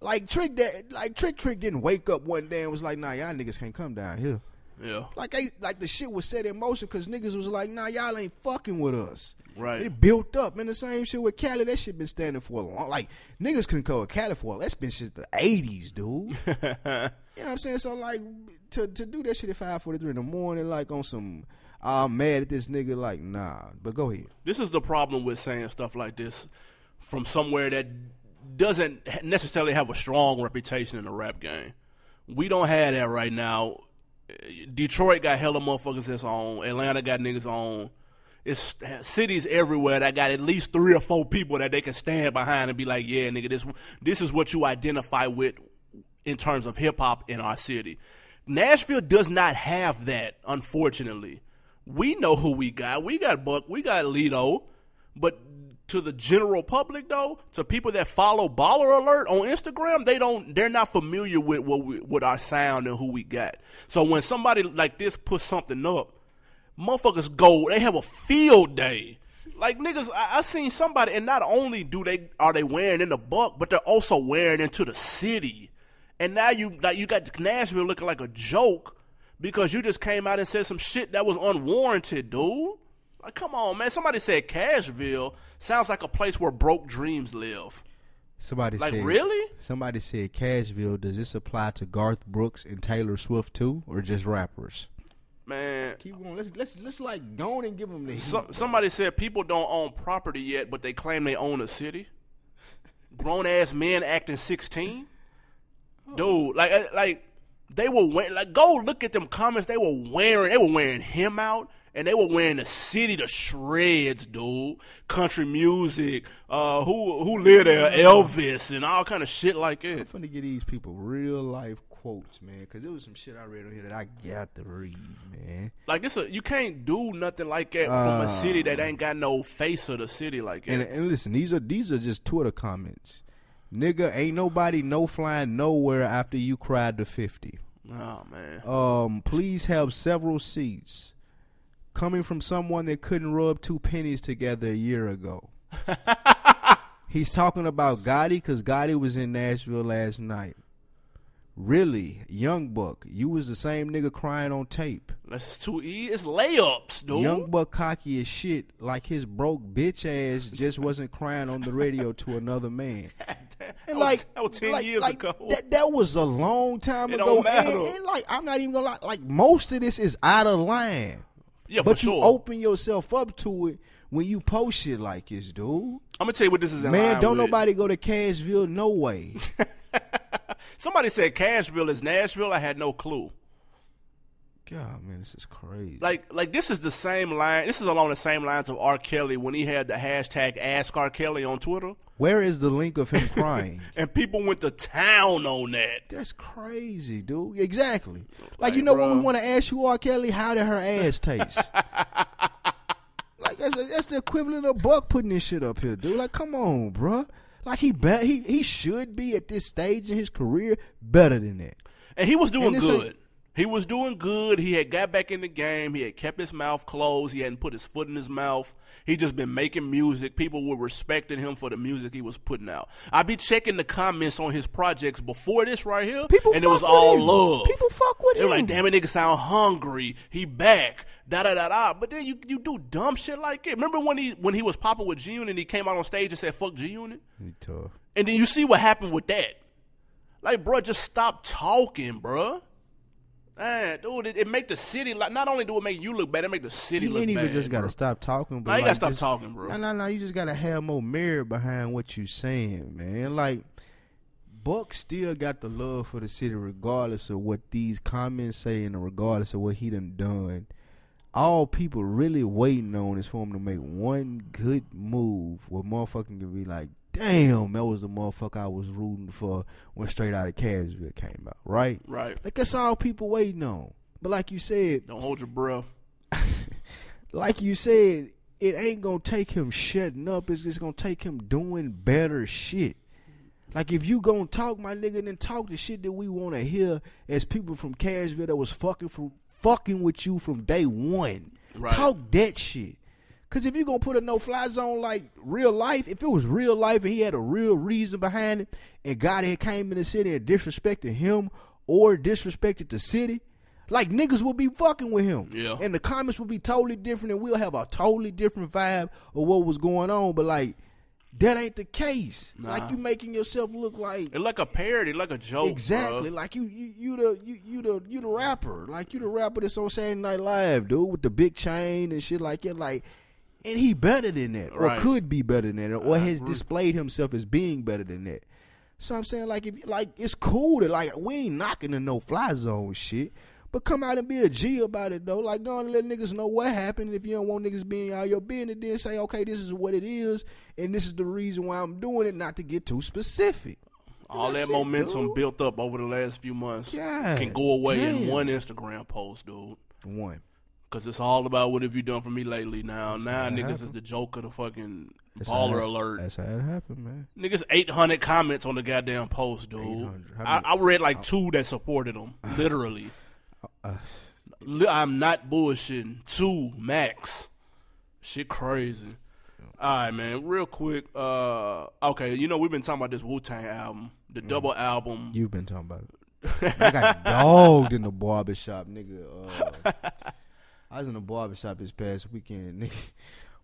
B: Like Trick that like Trick Trick didn't wake up one day and was like, nah, y'all niggas can't come down here.
A: Yeah,
B: Like they, like the shit was set in motion because niggas was like, nah, y'all ain't fucking with us.
A: Right.
B: It built up. And the same shit with Cali. That shit been standing for a long like niggas couldn't go with Cali for that's been since the eighties, dude. you know what I'm saying? So like to to do that shit at five forty three in the morning, like on some I'm mad at this nigga. Like, nah. But go ahead.
A: This is the problem with saying stuff like this from somewhere that doesn't necessarily have a strong reputation in the rap game. We don't have that right now. Detroit got hella motherfuckers that's on. Atlanta got niggas on. It's cities everywhere that got at least three or four people that they can stand behind and be like, yeah, nigga, this this is what you identify with in terms of hip hop in our city. Nashville does not have that, unfortunately. We know who we got. We got Buck. We got Lido. But to the general public though, to people that follow Baller Alert on Instagram, they don't they're not familiar with what we, with our sound and who we got. So when somebody like this puts something up, motherfuckers go, they have a field day. Like niggas, I, I seen somebody, and not only do they are they wearing in the buck, but they're also wearing into the city. And now you like you got Nashville looking like a joke because you just came out and said some shit that was unwarranted, dude. Like, come on, man. Somebody said Cashville sounds like a place where broke dreams live.
B: Somebody
A: Like,
B: said,
A: really?
B: Somebody said Cashville. Does this apply to Garth Brooks and Taylor Swift too, or just rappers?
A: Man.
B: Keep going. Let's let's let's like go on and give them the.
A: Some, somebody said people don't own property yet, but they claim they own a city. Grown ass men acting sixteen, dude. Like, uh, like they were wearing. Like, go look at them comments. They were wearing. They were wearing him out, and they were wearing the city to shreds, dude. Country music. Uh, who who lived there? Elvis and all kind of shit like that.
B: I'm finna get these people real life quotes, man, because it was some shit I read on here that I got to read, man.
A: Like this, a, you can't do nothing like that from a city that ain't got no face of the city like
B: And
A: that.
B: and listen, these are these are just Twitter comments. Nigga, ain't nobody no flying nowhere after you cried to fifty.
A: Oh man.
B: Um, please have several seats. Coming from someone that couldn't rub two pennies together a year ago. He's talking about Gotti because Gotti was in Nashville last night. Really, Young Buck, you was the same nigga crying on tape.
A: That's too easy. It's layups, dude.
B: Young Buck cocky as shit, like his broke bitch ass just wasn't crying on the radio to another man.
A: That
B: And
A: was-
B: like,
A: that was ten
B: like-
A: years
B: like,
A: ago.
B: That, that was a long time
A: It
B: ago.
A: don't matter.
B: And, and, like, I'm not even gonna lie. Like, most of this is out of line.
A: yeah,
B: but
A: for
B: you
A: sure.
B: open yourself up to it when you post shit like this, dude.
A: I'm gonna tell you what this is. In
B: Man,
A: line
B: don't
A: with.
B: nobody go to Cashville. No way.
A: Somebody said Cashville is Nashville. I had no clue.
B: God, man, this is crazy.
A: Like, like this is the same line. This is along the same lines of R. Kelly when he had the hashtag Ask R. Kelly on Twitter,
B: Where is the link of him crying?
A: and people went to town on that.
B: That's crazy, dude. Exactly. Like,
A: Like,
B: you know what we
A: bruh.
B: want to ask you, R. Kelly? How did her ass taste? like that's, that's the equivalent of Buck putting this shit up here, dude. Like, come on, bruh. Like he be- he he should be at this stage in his career better than that.
A: And he was doing
B: And it's a-
A: good. he was doing good. He had got back in the game. He had kept his mouth closed. He hadn't put his foot in his mouth. He just been making music. People were respecting him for the music he was putting out. I be checking the comments on his projects before this right here,
B: People
A: and it
B: fuck
A: was
B: with
A: all
B: him.
A: love.
B: People fuck with
A: they were like,
B: him.
A: "Damn it, nigga, sound hungry. He back." Da da da da. But then you you do dumb shit like it. Remember when he when he was popping with G Unit, and he came out on stage and said, "Fuck G Unit."
B: tough.
A: And then you see what happened with that. Like, bruh, just stop talking, bruh. Man, dude, it, it make the city. Like, not only do it make you look bad, it make the city
B: He
A: look
B: ain't even
A: bad.
B: just gotta
A: bruh.
B: stop talking. But
A: Nah, you
B: like
A: gotta stop
B: just-
A: talking, bro.
B: No, no, no. You just gotta have more merit behind what you saying, man. Like Buck still got the love for the city, regardless of what these comments say and regardless of what he done done. All people really waiting on is for him to make one good move where motherfucking can be like, damn, that was the motherfucker I was rooting for when Straight Outta Cashville came out, right?
A: Right.
B: Like that's all people waiting on. But like you said,
A: Don't hold your breath.
B: like you said, it ain't gonna take him shutting up. It's just gonna take him doing better shit. Like if you gonna talk, my nigga, then talk the shit that we wanna hear as people from Cashville that was fucking from fucking with you from day one.
A: Right.
B: Talk that shit. Cause if you gonna put a no fly zone like real life, if it was real life and he had a real reason behind it, and God had came in the city and disrespected him or disrespected the city, like niggas would be fucking with him.
A: Yeah.
B: And the comments will be totally different and we'll have a totally different vibe of what was going on. But like That ain't the case. Like you making yourself look like
A: It's like a parody, like a joke.
B: Exactly.
A: bruh.
B: Like you, you, you the you, you the you the rapper. Like you the rapper that's on Saturday Night Live, dude, with the big chain and shit like that. Like, and he better than that,
A: Right.
B: or could be better than that, or has displayed himself as being better than that. So I'm saying, like, if like it's cool that like we ain't knocking the no fly zone shit. But come out and be a G about it though. Like go on and let niggas know what happened. If you don't want niggas being out your business, then say, okay, this is what it is, and this is the reason why I'm doing it, not to get too specific.
A: All
B: That's
A: that
B: it,
A: momentum
B: dude.
A: built up over the last few months
B: God
A: can go away in
B: damn.
A: one Instagram post, dude.
B: One.
A: Cause it's all about what have you done for me lately. Now, now
B: how it
A: niggas
B: happen.
A: is the joke of the fucking
B: how
A: baller
B: it-
A: alert.
B: That's how it happened, man.
A: Niggas eight hundred comments on the goddamn post, dude.
B: 800. How
A: I,
B: many-
A: I read like two that supported him, literally. Li- I'm not bullshitting. Two max. Shit crazy. All right, man. Real quick. Uh, okay, you know we've been talking about this Wu Tang album, the
B: Mm.
A: double album.
B: You've been talking about it. I got dogged in the barbershop, nigga. Uh, I was in the barbershop this past weekend, nigga.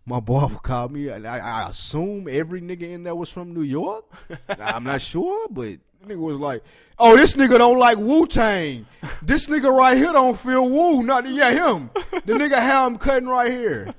B: My barber called me, and I, I assume every nigga in there was from New York. I'm not sure, but nigga was like, "Oh, this nigga don't like Wu Tang. This nigga right here don't feel Wu. Not yeah, him. The nigga how I'm cutting right here."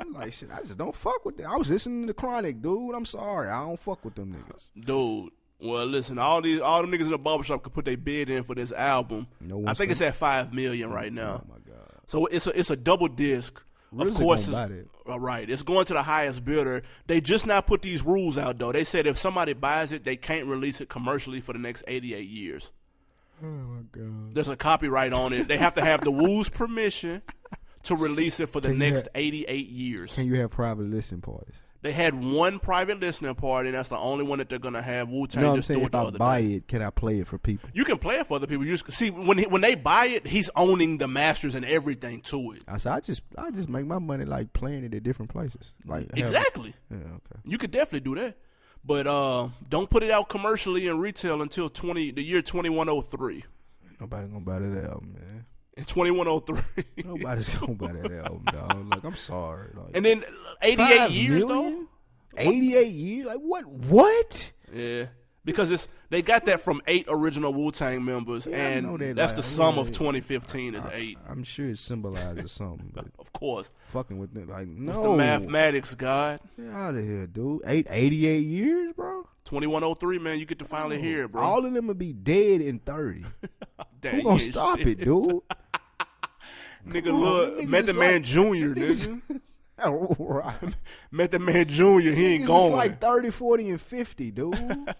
B: I'm like, shit, I just don't fuck with that. I was listening to Chronic, dude. I'm sorry, I don't fuck with them niggas.
A: Dude, well, listen, all these all them niggas in the barbershop could put their bid in for this album.
B: No
A: I
B: one's
A: think it's at five million right now.
B: Oh my god.
A: So it's a it's a double disc.
B: Rizzo
A: of course,
B: gonna
A: it's,
B: buy that.
A: all right. It's going to the highest bidder. They just not put these rules out though. They said if somebody buys it, they can't release it commercially for the next eighty eight years.
B: Oh my god.
A: There's a copyright on it. They have to have the Woo's permission to release it for the next eighty eight years.
B: Can you have private listening parties?
A: They had one private listening party, and that's the only one that they're gonna have. Wu Tang
B: No, I'm
A: just
B: saying
A: threw it
B: if
A: the
B: I
A: other
B: buy
A: day.
B: it, can I play it for people?
A: You can play it for other people. You just, see when he, when they buy it, he's owning the masters and everything to it.
B: I said I just I just make my money like playing it at different places. Like have-
A: Exactly.
B: Yeah, okay.
A: You could definitely do that. But uh, don't put it out commercially in retail until twenty the year twenty one oh three.
B: Nobody gonna buy that album, man.
A: In twenty one oh three.
B: Nobody's gonna buy that album, dog. Like I'm sorry. Like,
A: And then eighty eight years though.
B: Eighty eight years? Like what what?
A: Yeah. Because it's they got that from eight original Wu Tang members
B: Yeah, I know
A: and
B: that,
A: that's
B: like,
A: the
B: I
A: sum
B: know
A: of
B: that.
A: twenty fifteen is eight.
B: I'm sure it symbolizes something, but
A: Of course.
B: fucking with it like
A: It's
B: no
A: the mathematics, God.
B: Get out of here, dude. Eight eighty eight years, bro?
A: Twenty one oh three, man, you get to finally hear it, bro.
B: All of them would be dead in thirty.
A: Damn,
B: Who
A: yeah,
B: gonna stop
A: shit.
B: it, dude?
A: Nigga look
B: niggas
A: Method
B: is
A: Man
B: like-
A: Jr. nigga.
B: right.
A: Method Man Jr. He ain't
B: Niggas
A: going.
B: is like 30, 40, and 50, dude.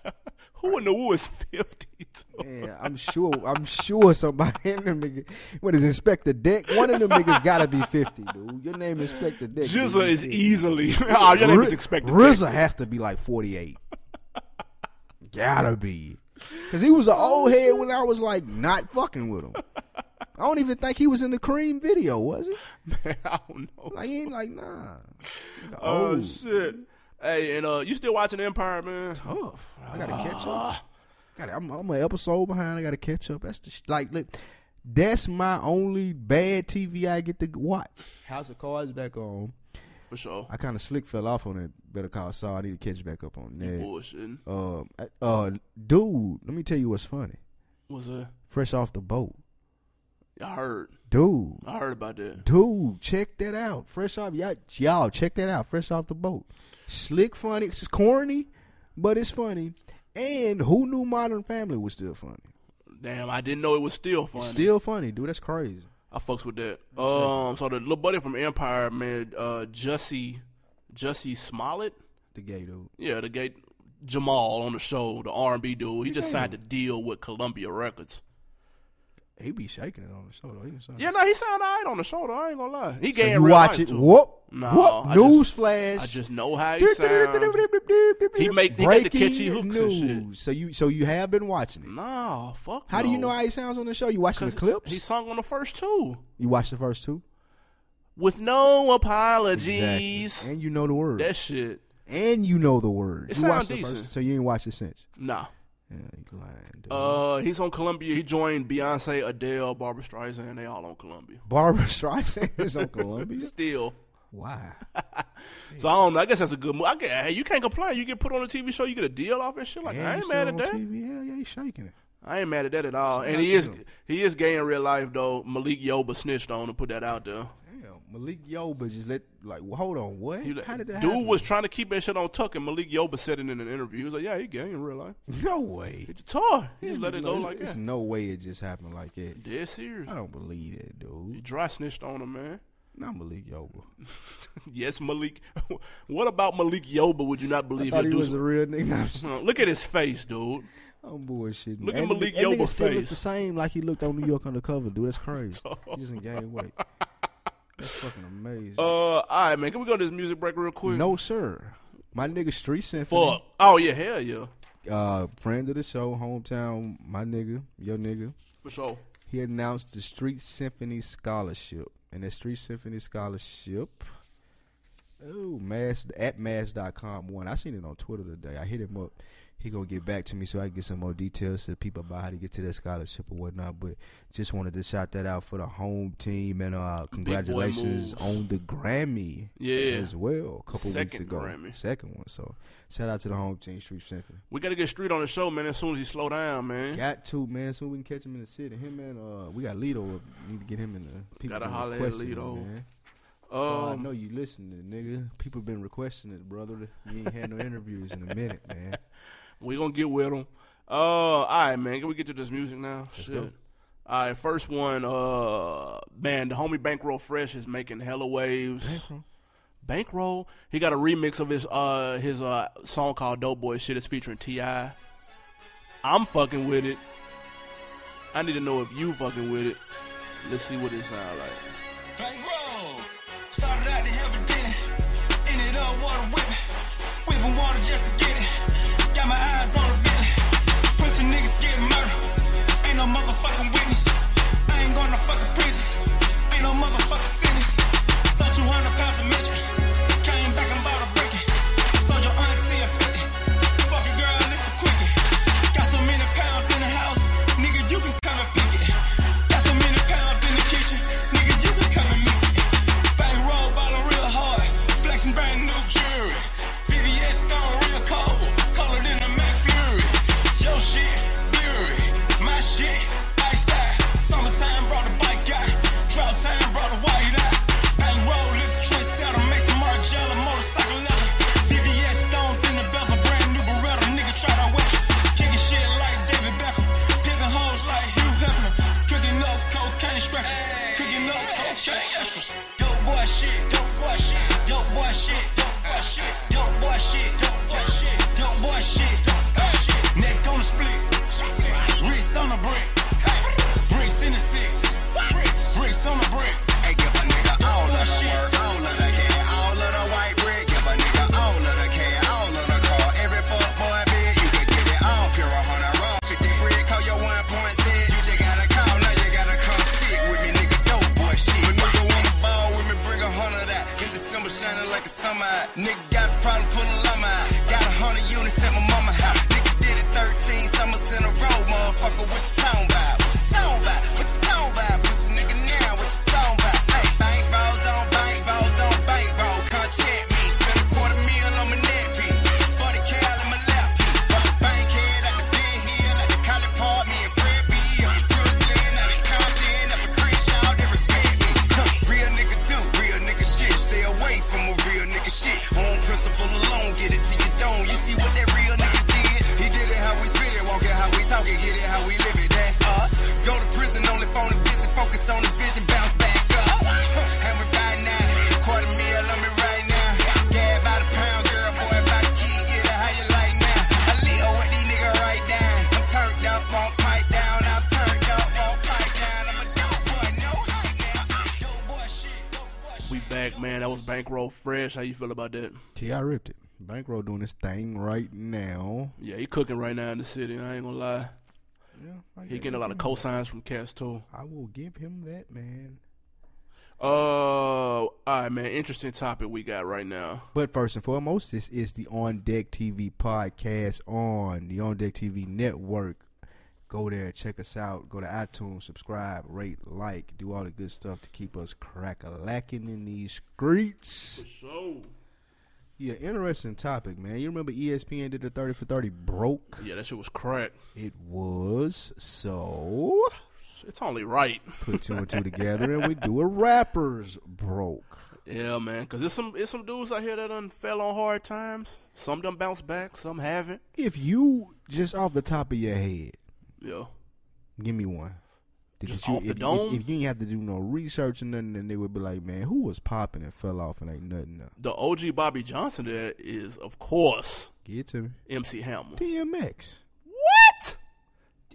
A: Who in the Wu is fifty two?
B: Man, I'm sure I'm sure somebody in them nigga what is Inspector Deck? One of them niggas gotta be fifty, dude. Your name Inspector Deck. dude.
A: Jizza is easily. oh, your name is
B: Ri-
A: expected.
B: RZA has to be like forty eight. gotta be. Cause he was an old head when I was like not fucking with him. I don't even think he was in the cream video, was he?
A: Man, I don't know.
B: Like he ain't like nah.
A: oh shit. Hey, and uh, you still watching Empire, man? Ah,
B: tough. I gotta catch up. Got I'm, I'm an episode behind. I gotta catch up. That's the sh- like look. That's my only bad TV I get to watch. House of Cards back on.
A: For sure.
B: I kind of slick fell off on it. Better Call Saul. I need to catch back up on that.
A: Bullshitting.
B: Um, I- uh, dude, let me tell you what's funny.
A: What's that?
B: Fresh off the boat,
A: I heard.
B: dude.
A: I heard about that.
B: Dude, check that out. Fresh off y'all, y'all check that out. Fresh off the boat. Slick, funny. It's corny, but it's funny. And who knew Modern Family was still funny?
A: Damn, I didn't know it was still funny.
B: Still funny, dude. That's crazy.
A: I fucks with that. Um, so the little buddy from Empire, man, uh, Jussie, Jussie Smollett.
B: The gay dude.
A: Yeah, the gay Jamal on the show, the R and B dude. He just signed a deal with Columbia Records.
B: He be shaking it on the show though. He can say-
A: Yeah, no, he sounded alright on the show. Though. I ain't gonna lie. He
B: So
A: gay in
B: you
A: real
B: watch
A: life,
B: it.
A: too.
B: Whoop.
A: No,
B: whoop.
A: I
B: News
A: just-
B: flash.
A: I just know how he sounds. He make- he got the
B: breaking
A: catchy hooks and shit.
B: news. So you so you have been watching it.
A: Nah, fuck.
B: How do you
A: no.
B: know how he sounds on the show? You watching the
A: 'Cause
B: clips?
A: He sung on the first two
B: you watch the first two?
A: with no
B: Exactly.
A: apologies.
B: And you know the words.
A: That shit.
B: and you know the words.
A: It
B: you watched
A: sound
B: the first-
A: decent.
B: so you ain't watched it since.
A: Nah.
B: Yeah, you lying, dude.
A: Uh, he's on Columbia. He joined Beyonce, Adele, Barbara Streisand. They all on Columbia.
B: Barbara Streisand is on Columbia.
A: Still,
B: Why?
A: So I don't know. I guess that's a good move. I get, hey, you can't complain. You get put on a TV show, you get a deal off and shit. Like
B: Yeah,
A: I
B: you
A: ain't
B: saw
A: mad at
B: it on
A: that.
B: TV. Hell yeah, he's shaking it.
A: I ain't mad at that at all. and he is he is gay in real life though. Malik Yoba snitched on to put that out there.
B: Damn, Malik Yoba just let like wh- hold on what?
A: He like-
B: How did that
A: dude
B: happen?
A: was trying to keep that shit on tuck, and Malik Yoba said it in an interview. He was like, "Yeah, he gay in real life.
B: no way.
A: It's toy. He just let it go
B: There's-
A: like
B: there's
A: that.
B: no way it just happened like that.
A: Dead serious.
B: I don't believe that,
A: He
B: dude.
A: dry snitched on him, man.
B: Not Malik Yoba.
A: yes, Malik. what about Malik Yoba? Would you not believe
B: Thought
A: he'll
B: he
A: do
B: was a
A: some-
B: real nigga. Nah, I'm just-
A: Uh, Look at his face, dude.
B: I'm bullshitting.
A: Look at
B: And
A: Malik
B: that nigga
A: Yoba's
B: still look the
A: face.
B: same like he looked on New York Undercover, dude. That's crazy. he just gained weight. That's fucking amazing.
A: Uh, all right, man. Can we go to this music break real quick?
B: no, sir. My nigga Street Symphony,
A: Fuck. Oh yeah, hell yeah,
B: uh, friend of the show, hometown, my nigga, your nigga.
A: for sure.
B: He announced the Street Symphony Scholarship, and the Street Symphony Scholarship. Oh, mass at mass.com one. I seen it on Twitter today. I hit him up. He gonna get back to me so I can get some more details to people about how to get to that scholarship or whatnot. But just wanted to shout that out for the home team and uh congratulations
A: moves.
B: on the Grammy.
A: Yeah.
B: as well. A couple weeks
A: Second
B: ago,
A: Grammy.
B: second one. So shout out to the home team, Street Symphony.
A: We gotta get Street on the show, man. As soon as he slow down, man.
B: Got to man, soon we can catch him in the city. Him and uh, we got Lido. up. Need to get him in the. People
A: Gotta
B: been
A: holler at
B: requesting it,
A: Lito.
B: man.
A: Um,
B: Oh, I know you listening, nigga. People been requesting it, brother. You ain't had no interviews in a minute, man.
A: We gonna get with them. Uh, all right, man. Can we get to this music now? Shit. All right, first one. Uh, man, the homie Bankroll Fresh is making hella waves. Bankroll. He got a remix of his uh his uh song called Dope Boy. Shit is featuring Ti. I'm fucking with it. I need to know if you fucking with it. Let's see what it sound like.
D: Bankroll. Started out to have a dinner. Ended up water whipping. Whipping water just to get it. Got my eyes on the Bentley. Pussy niggas get murdered. Ain't no motherfucking witness. I ain't going to fucking prison. Ain't no motherfucking sentence. Sold you 100 pounds of midget. Came back and bought a bricky. Sold your auntie a 50. Fuck your girl, it's a quickie. Got so many pounds in the house. Nigga, you can come and pick it. Got so many pounds in the kitchen. Nigga, you can come and mix it. Bang roll, ballin' real hard. Flexin' brand new jewelry. VVS thrown real cold. Colder than a Mac Fury. Yo shit, blurry. My shit, iced out. Summertime brought the bike out. Drought time brought the white out. Bang roll, this trick settle. Make some Margiela motorcycle leather. VVS stones in the bezel. Brand new Beretta. Nigga, try to wet you. Kicking shit like David Beckham. Picking hoes like Hugh Hefner. Cooking up cocaine scratchers. Cooking up cocaine extras. Dope boy shit. Dope boy shit. Dope boy shit. Dope boy shit. Dope boy shit. Dope boy shit. Dope boy shit. Dope boy shit. Neck on the split. Wrist on the brick. Bricks in the six. Bricks on the brick.
E: Hey, give a nigga all of the work, all of the gas, all of the white bread. Give a nigga all of the care, all of the car. Every fuck boy bid, you can get it all. Pure hundred raw, fifty bread. Call your one point set. You just gotta call, now you gotta come sit with me, nigga. Dope boy shit. When nigga wanna ball with me, bring a hundred out. In December shining like a summer. out. Nigga got a problem, pull a llama out. Got a hundred units at my mama house. Nigga did it 13 summers in a row, motherfucker. What you talking about? What you talking about? What you talking about? Pussy nigga now, what you talking about? Hey, bank rolls on bank rolls on bank roll. Come check me. Spend a quarter meal on my net piece. 40 cal in my lap piece. Fuck the bank head out the Ben Hill, out the College Park. Me and Fred B. Up in Brooklyn, out in Compton, up in Crenshaw. They respect me. Huh, Real nigga do, real nigga shit. Stay away from a real nigga shit. On principle alone, get it to your dome. You see what that real nigga did? He did it how we spit it, walk it how we talk it, get it how we live it. That's us. Go to prison, only phone and visit, focus on his vision, bounce back up. Huh, And we right now, quarter meal on me right now. Yeah, about a pound, girl, boy, about a key, get it how you like now. I live with these niggas right down. I'm turned up on pipe down, I'm turned up on pipe down. I'm a dope boy, no hype now. Dope boy shit, dope boy shit.
A: We back, man. That was Bankroll Fresh. How you feel about that?
B: T.I. ripped it. Bankroll doing this thing right now.
A: Yeah, he cooking right now in the city. I ain't gonna lie.
B: Yeah, I,
A: He getting a lot of cosigns from cats too.
B: I will give him that, man.
A: Uh, all right, man. Interesting topic we got right now.
B: But first and foremost, this is the On Deck TV podcast on the On Deck TV network. Go there, check us out. Go to iTunes, subscribe, rate, like, do all the good stuff to keep us crack a lacking in these streets.
A: So,
B: Yeah, interesting topic, man. You remember E ESPN did the 30 for 30 broke?
A: Yeah, that shit was crack.
B: It was. So,
A: It's only right.
B: put two and two together and we do a rappers broke.
A: Yeah, man. Cause there's some it's some dudes out here that done fell on hard times. Some done bounced back. Some haven't.
B: If you, just off the top of your head,
A: Yeah.
B: give me one. That
A: Just
B: you,
A: off the
B: if,
A: dome?
B: If, if you ain't have to do no research and nothing, then they would be like, man, who was popping and fell off and ain't nothing? Now?
A: The OG Bobby Johnson there is of course
B: Give it to me.
A: MC Hammer.
B: DMX.
A: What?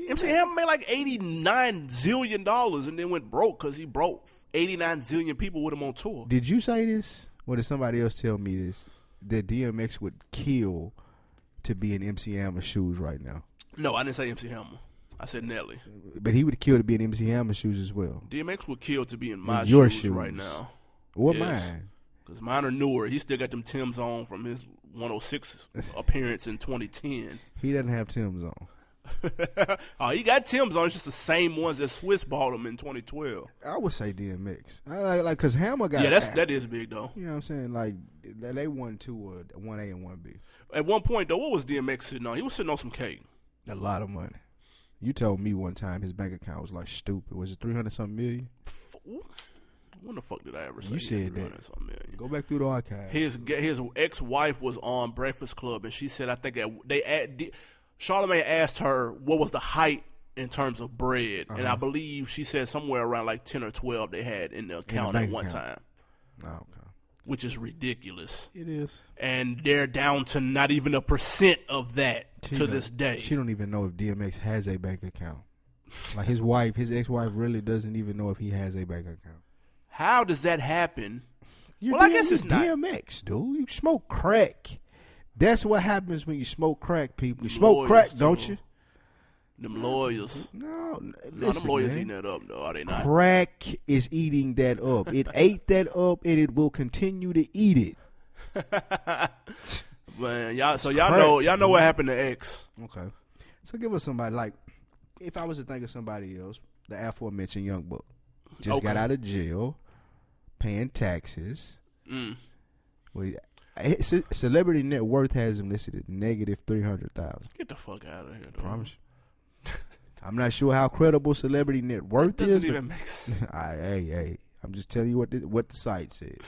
A: MC Hammer made like eighty nine zillion dollars and then went broke because he broke eighty nine zillion people with him on tour.
B: Did you say this? Or did somebody else tell me this? That DMX would kill to be in MC Hammer's shoes right now.
A: No, I didn't say MC Hammer. I said Nelly.
B: But he would kill to be in MC Hammer's shoes as well.
A: DMX would kill to be in my
B: your
A: shoes, right
B: shoes.
A: now.
B: Or
A: Yes.
B: mine.
A: Because mine are newer. He still got them Tim's on from his 106 appearance in 2010.
B: He doesn't have Tim's on.
A: oh, he got Tim's on. It's just the same ones that Swiss bought him in 2012.
B: I would say DMX. I like like cause Hammer got
A: Yeah, that's that is big though.
B: You know what I'm saying? Like they they won two or one A and one B.
A: At one point though, what was DMX sitting on? He was sitting on some cake.
B: A lot of money. You told me one time his bank account was like stupid. Was it three hundred something million?
A: F- When the fuck did I ever say he
B: You
A: had
B: said that.
A: 300 something million?
B: Go back through the archive.
A: His ga- his ex wife was on Breakfast Club, and she said, I think at, they at, di- Charlamagne asked her what was the height in terms of bread, and
B: Uh-huh.
A: I believe she said somewhere around like ten or twelve they had in the account at
B: bank
A: one
B: account.
A: time,
B: Oh, okay.
A: which is ridiculous.
B: It is.
A: And they're down to not even a percent of that to
B: don't-
A: this day.
B: She don't even know if DMX has a bank account. Like his wife, his ex-wife really doesn't even know if he has a bank account.
A: How does that happen?
B: You're
A: well, I
B: D-
A: guess
B: you
A: it's not.
B: DMX, dude. You smoke crack. That's what happens when you smoke crack, people. You
A: Them
B: smoke
A: lawyers,
B: crack, don't
A: too.
B: you?
A: Them lawyers,
B: No, n-
A: no, them
B: listen,
A: lawyers
B: man.
A: eating that up though, are they not?
B: Crack is eating that up. It ate that up, and it will continue to eat it.
A: Man, y'all. So y'all
B: crack,
A: know, y'all know what happened to X.
B: Okay. So give us somebody like, if I was to think of somebody else, the aforementioned young buck just
A: Okay.
B: got out of jail, paying taxes.
A: Mm.
B: Well, eh, ce- celebrity net worth has him listed at negative three hundred thousand.
A: Get the fuck out of here. Though.
B: I'm not sure how credible celebrity net worth
A: Doesn't
B: is.
A: even make sense.
B: But I, hey, hey, I'm just telling you what the, what the site says.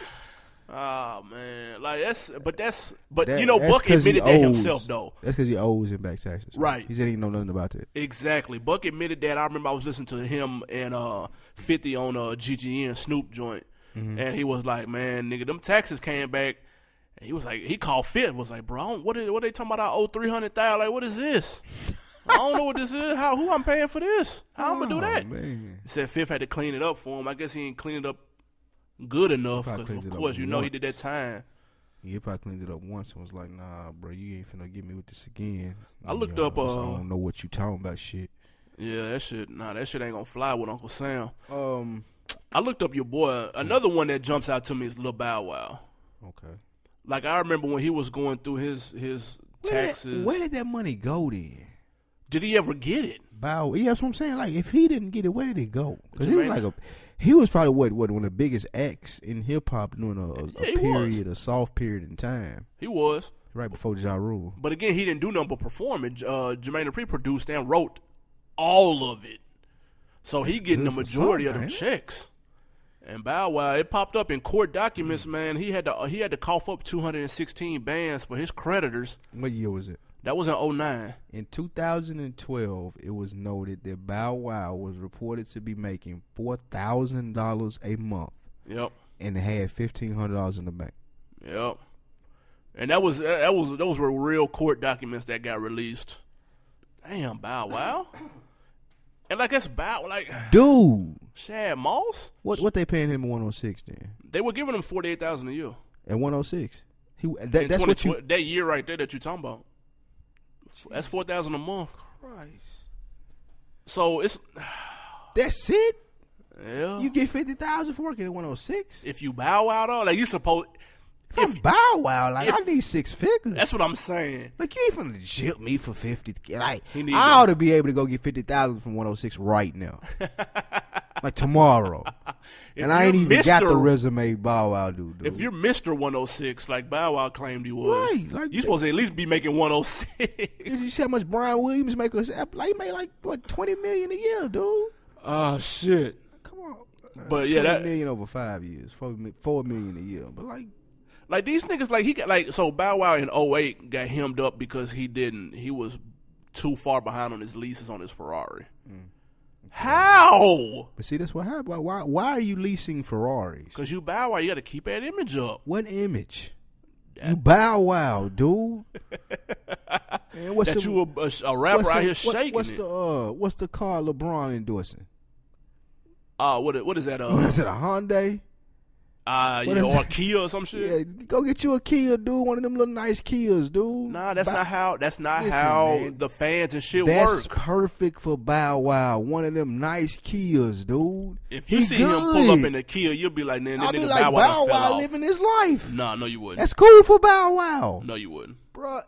A: Oh man, like that's but that's but
B: That-
A: you know
B: that's
A: Buck
B: 'cause he
A: admitted that
B: owes.
A: himself though.
B: That's because he owes him back taxes.
A: Right.
B: He said he didn't know nothing about that.
A: Exactly, Buck admitted that. I remember I was listening to him and uh Fifty on uh GGN Snoop joint,
B: Mm-hmm.
A: and he was like, "Man, nigga, them taxes came back." And he was like, he called Fifth, was like, "Bro, I don't- what are, what they talking about? I owe three hundred thousand. Like, what is this? I don't know what this is. How who I'm paying for this? How I'm gonna do that?"
B: Oh, man.
A: He said Fifth had to clean it up for him. I guess he ain't clean it up good enough.
B: Probably
A: 'cause
B: cleaned
A: of
B: it up
A: course, you know he did that
B: once.
A: time.
B: Yeah, he probably cleaned it up once and was like, "Nah, bro, you ain't finna get me with this again."
A: I looked
B: Yeah,
A: up,
B: I was-
A: uh,
B: I don't know what you talking about, shit.
A: Yeah, that shit. Nah, that shit ain't gonna fly with Uncle Sam.
B: Um.
A: I looked up your boy. Another one that jumps out to me is Lil Bow Wow.
B: Okay.
A: Like I remember when he was going through his his taxes.
B: Where did that money go then?
A: did he ever get it?
B: Bow. Yeah, that's what I'm saying. Like, if he didn't get it, where did it go? Because he was like
A: Jermaine.
B: a, he was probably what what one of the biggest acts in hip hop during a, a,
A: Yeah, he
B: a
A: was.
B: period, a soft period in time,
A: He was,
B: right before Ja Rule.
A: but again, he didn't do nothing but perform it. Uh, Jermaine Dupri produced and wrote all of it, so he getting the
B: good for
A: majority of them
B: something,
A: checks. And Bow Wow, it popped up in court
B: Mm.
A: documents. Man, he had to uh, he had to cough up 216 bans for his creditors.
B: What year was it?
A: That was in 09.
B: In 2012, it was noted that Bow Wow was reported to be making four thousand dollars a month
A: Yep.
B: and had fifteen hundred dollars in the bank.
A: Yep. And that was that was those were real court documents that got released. Damn, Bow Wow. and like that's Bow like
B: Dude,
A: Shad Moss.
B: what what they paying him one hundred six then?
A: They were giving him forty eight thousand a year.
B: At one hundred six, he that,
A: In
B: that's what you.
A: 2012 that year right there that you're talking about. That's four thousand a month. So it's
B: That's it.
A: yeah.
B: You get fifty thousand for working at one hundred six.
A: if you bow out all like you supposed.
B: From Bow Wow, like
A: if-
B: I need six figures.
A: That's what I'm saying.
B: like you ain't finna jip me for fifty. Like
A: He need
B: oh I ought to be able to go get fifty thousand from one hundred six right now. like tomorrow.
A: If
B: and I ain't
A: you're
B: even got the
A: Mr.
B: resume Bow Wow dude. dude.
A: If you're Mister 106, like Bow Wow claimed he was,
B: Right, like
A: you supposed to at least be making 106.
B: Did you see how much Brian Williams make us? up? Like he made like what twenty million a year, dude.
A: Ah shit.
B: Come on.
A: But yeah,
B: 20
A: that-
B: million over five years, four, mi- four million a year. But like,
A: Like these niggas, like he got like so Bow Wow in 08 got hemmed up because he didn't. He was too far behind on his leases on his Ferrari.
B: Mm.
A: How?
B: but see, that's what happened. Why- Why? Why are you leasing Ferraris?
A: Because you Bow Wow, you got to keep that image up.
B: What image? You bow wow, dude. Man, what's
A: That
B: the-
A: you a, a, a rapper
B: what's
A: out
B: the-
A: here
B: what-
A: shaking
B: What's
A: it.
B: the uh, what's the car LeBron endorsing?
A: Uh, what what is that?
B: What
A: Uh,
B: is it? A Hyundai?
A: uh
B: what
A: yeah,
B: is
A: or
B: it?
A: Kia or some shit.
B: Yeah, go get you a Kia, dude. One of them little nice Kias, dude.
A: Nah, that's
B: Bow-
A: not how. That's not
B: Listen,
A: how
B: man.
A: the fans and shit
B: That's
A: work.
B: perfect for Bow Wow. One of them nice Kias, dude.
A: If you
B: He
A: see
B: good.
A: him pull up in the Kia, you'll be like, "Nah, that
B: I'll be
A: nigga
B: like
A: Bow
B: Bow
A: Wow, done
B: Wow
A: fell off."
B: living his life.
A: Nah, no, you wouldn't.
B: That's cool for Bow Wow,
A: no, you wouldn't.
B: Bruh.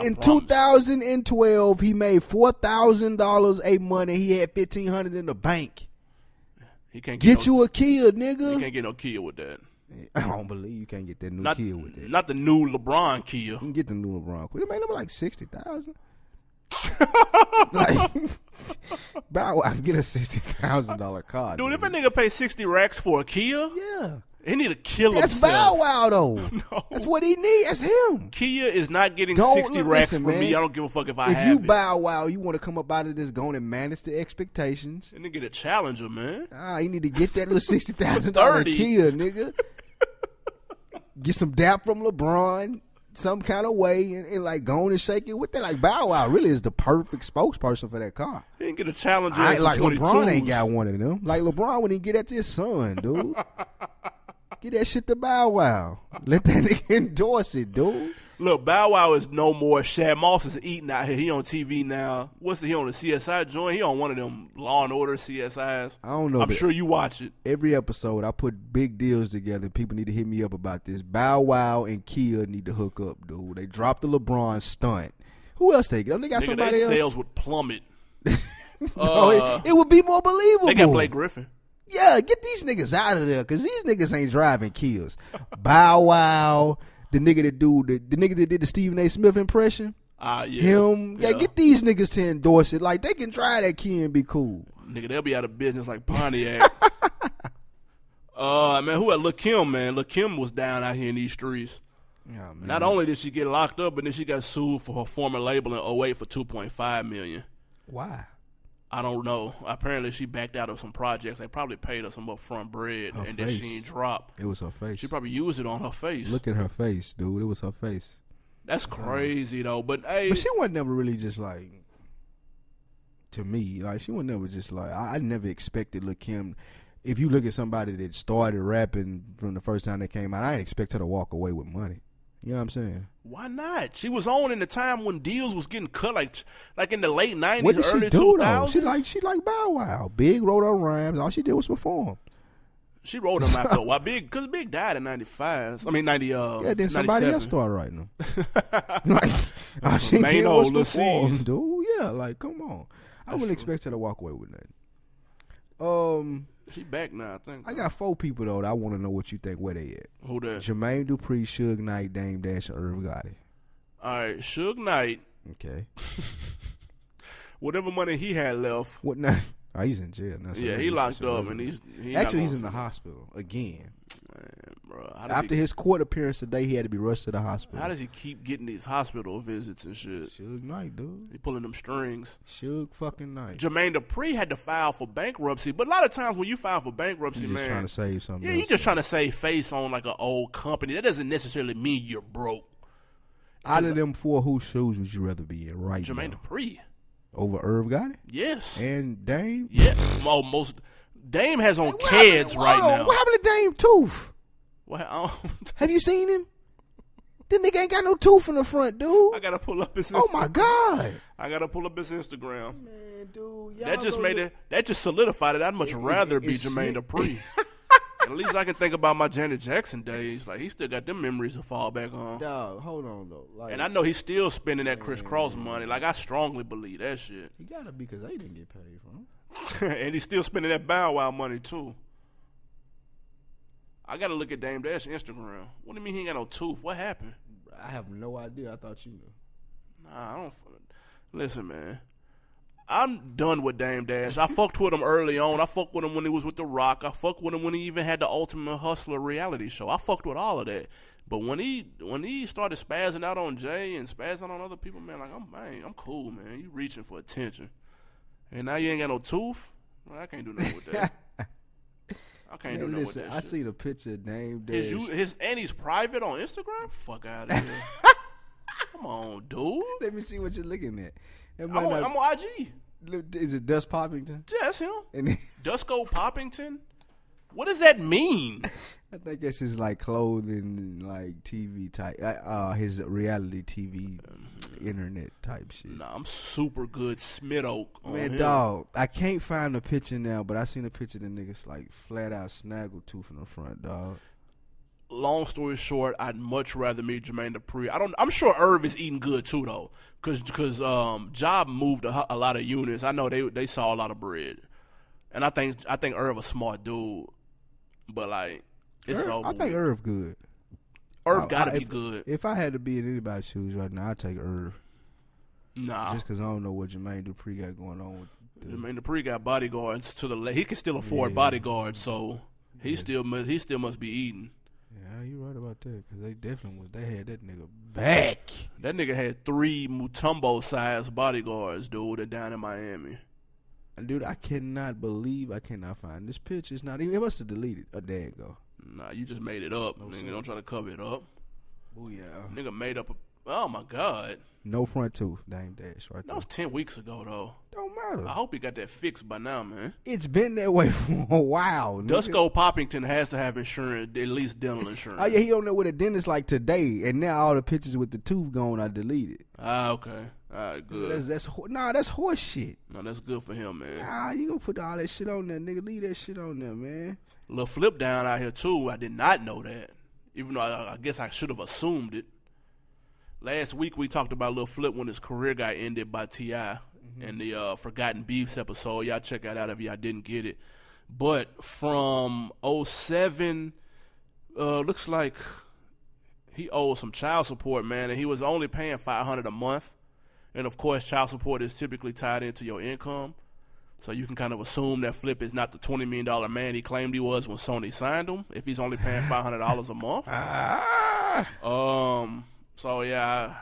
B: In
A: promise.
B: 2012, he made four thousand dollars a month, and he had fifteen hundred in the bank.
A: He can't get,
B: Get
A: no,
B: you a Kia,
A: He
B: nigga.
A: can't get no Kia with that.
B: I don't believe you can't get that new
A: Not
B: Kia with that.
A: not the new LeBron Kia.
B: You can get the new LeBron. Quit. It made number like sixty thousand. like, Bow Wow can get a sixty thousand dollar car,
A: Dude, if a nigga pay sixty racks for a Kia,
B: yeah,
A: he need to kill
B: that's Bow
A: himself.
B: Wow though. That's what he needs. That's him.
A: Kia is not getting
B: Don't-
A: sixty
B: look,
A: racks
B: listen,
A: from me.
B: man.
A: I don't give a fuck if I
B: If
A: have
B: you
A: it.
B: Bow Wow, you want to come up out of this, going and manage the expectations.
A: and then get a Challenger, man.
B: Ah, you need to get that little sixty thousand dollar
A: 30.
B: Kia, nigga. get some dap from LeBron, some kind of way, and, and like go on and shake it with that. Like Bow Wow really is the perfect spokesperson for that car.
A: He didn't get a Challenger.
B: I
A: and
B: ain't
A: some 22s.
B: like LeBron ain't got one of them. Like LeBron when he get that to his son, dude. Get that shit to Bow Wow. Let that nigga endorse it, dude.
A: Look, Bow Wow is no more. Shad Moss is eating out here. He on TV now. What's the, he on the CSI joint? He on one of them Law and Order CSIs.
B: I don't know,
A: I'm
B: but-
A: sure you watch it.
B: Every episode, I put big deals together. People need to hit me up about this. Bow Wow and Kia need to hook up, dude. They dropped the LeBron stunt. Who else they got? They got
A: Nigga,
B: somebody
A: they
B: else.
A: sales would plummet.
B: No,
A: Uh,
B: it, it would be more believable.
A: They got Blake Griffin.
B: Yeah, get these niggas out of there because these niggas ain't driving Kias. Bow Wow, the nigga that do the, the nigga that did the Stephen A. Smith impression.
A: Ah, yeah.
B: Him, yeah.
A: Yeah.
B: get these niggas to endorse it. Like they can try that key and be cool.
A: Nigga, they'll be out of business like Pontiac. uh man, who had Lil Kim, man? Lil Kim was down out here in these streets.
B: Yeah, man.
A: Not only did she get locked up, but then she got sued for her former label in 08 for 2.5 million.
B: Why?
A: I don't know. Apparently, she backed out of some projects. They probably paid her some upfront bread, and then
B: face.
A: she ain't drop.
B: It was her face.
A: She probably used it on her face.
B: Look at her face, dude. It was her face.
A: That's crazy though. But hey,
B: But she was never really just like to me. Like she was never just like I, I never expected Lil Kim. If you look at somebody that started rapping from the first time they came out, I didn't expect her to walk away with money. You know what I'm saying?
A: why not? She was on in the time when deals was getting cut, like like in the late
B: What
A: nineties,
B: did she
A: early
B: do
A: two
B: though? She
A: thousands.
B: like she like Bow Wow. Big wrote her rhymes. All she did was perform.
A: she rolled them after a while. Big because Big died in ninety five. I mean ninety. Uh,
B: Yeah, then somebody
A: 97.
B: else started writing them. like all she did
A: Maino,
B: was
A: Lil
B: perform,
A: C's.
B: dude. Yeah, like come on. I wouldn't expect her to walk away with nothing. Um,
A: She back now, I think.
B: I got four people though that I want to know what you think where they at.
A: who that?
B: Jermaine Dupri, Suge Knight, Dame Dash, and Irv Gotti.
A: All right, Suge Knight.
B: Okay.
A: Whatever money he had left.
B: What now? Oh, he's in jail now. so
A: Yeah,
B: maybe
A: he
B: it's
A: locked
B: just
A: up
B: irrelevant.
A: and he's he
B: actually he's in the hospital again.
A: hospital.
B: After his court appearance today, he had to be rushed to the hospital.
A: How does he keep getting these hospital visits and shit?
B: Suge Knight, dude?
A: He pulling them strings.
B: Suge fucking Knight.
A: Jermaine Dupri had to file for bankruptcy, but a lot of times when you file for bankruptcy,
B: He's just
A: man,
B: trying to save something.
A: yeah,
B: else.
A: you just trying to save face on like an old company. That doesn't necessarily mean you're broke.
B: Out of them four, whose shoes would you rather be in right
A: Jermaine
B: now?
A: Dupri,
B: Over Irv Gotti
A: yes,
B: and Dame?
A: yeah, well, most Dame has on
B: What happened-
A: kids right
B: hold on,
A: now.
B: What happened to Dame Tooth?
A: Well, I don't-
B: Have you seen him? This nigga ain't got no tooth in the front, dude.
A: I gotta pull up his.
B: Oh my god.
A: I gotta pull up his Instagram.
B: Man, dude,
A: That just made it. That just solidified it. I'd much rather be
B: it's
A: Jermaine
B: slick.
A: Dupri. At least I can think about my Janet Jackson days. Like he still got them memories to fall back on.
B: Dog, hold on though. Like,
A: And I know he's still spending that crisscross money. Like I strongly believe that shit.
B: he gotta be because they didn't get paid for him.
A: and he's still spending that Bow Wow money too. I gotta look at Dame Dash Instagram. What do you mean he ain't got no tooth? What happened?
B: I have no idea. I thought you knew.
A: Nah, I don't. f- Listen, man. I'm done with Dame Dash. I fucked with him early on. I fucked with him when he was with The Rock. I fucked with him when he even had the Ultimate Hustler reality show. I fucked with all of that. But when he when he started spazzing out on Jay and spazzing out on other people, man, like I'm man, I'm cool, man. You reaching for attention, and now you ain't got no tooth. Man, I can't do nothing with that. I can't do
B: Hey,
A: nothing with
B: listen,
A: that.
B: I
A: shit.
B: see the picture of Dame Dash.
A: His, you, his and he's private on Instagram. Fuck out of here. Come on, dude.
B: Let me see what you're looking at. That might
A: I'm on,
B: not-
A: I'm on IG.
B: look, is it Dust Poppington?
A: Yeah, that's him.
B: And
A: Dusko Poppington? What does that mean?
B: I think that's his like clothing, like TV type, uh, uh, his reality TV, internet type shit.
A: Nah, I'm super good Smith Oak on
B: Man,
A: him.
B: dog, I can't find the picture now, but I seen a picture of the niggas like flat out snaggle tooth in the front, dog.
A: Long story short, I'd much rather meet Jermaine Dupri. I don't. I'm sure Irv is eating good too though, cause 'cause, um, Job moved a, ho- a lot of units. I know they they saw a lot of bread, and I think I think Irv a smart dude, but like it's over.
B: I think
A: with.
B: Irv good.
A: Irv,
B: I-
A: gotta
B: I-
A: be good.
B: If I had to be in anybody's shoes right now, I'd take Irv.
A: nah,
B: Just because I don't know what Jermaine Dupri got going on with the
A: Jermaine Dupri got bodyguards to the left. He can still afford bodyguards, so he still must, he still must be eating.
B: Yeah, you right about that because they definitely was. They had that nigga back.
A: That nigga had three Mutombo sized bodyguards, dude, that down in Miami.
B: Dude, I cannot believe I cannot find this picture. It's not even. It must have deleted oh, a day ago.
A: Nah, you just made it up, nigga. Don't try to cover it up.
B: Oh yeah.
A: Nigga made up a. Oh my god,
B: No front tooth, Dame Dash, right
A: that
B: there.
A: was ten weeks ago though.
B: Don't matter.
A: I hope he got that fixed by now, man.
B: It's been that way for a while. nigga.
A: Dusko Poppington has to have insurance, at least dental insurance.
B: Oh yeah, he on there with a dentist like today, and now all the pictures with the tooth gone I deleted.
A: Ah, okay. All right, good.
B: That's that's ho- nah, that's horse shit.
A: no, that's good for him, man.
B: Ah, you gonna put all that shit on there, nigga? Leave that shit on there, man.
A: Little flip down out here too. I did not know that, even though I, I guess I should have assumed it. Last week we talked about Lil Flip when his career got ended by Ti in the uh, Forgotten Beefs episode. Y'all check that out if y'all didn't get it. But from 07, uh, looks like he owed some child support, man, and he was only paying five hundred a month. And of course, child support is typically tied into your income. So you can kind of assume that Flip is not the twenty million dollar man he claimed he was when Sony signed him. If he's only paying five hundred dollars a month, Ah. um. So yeah,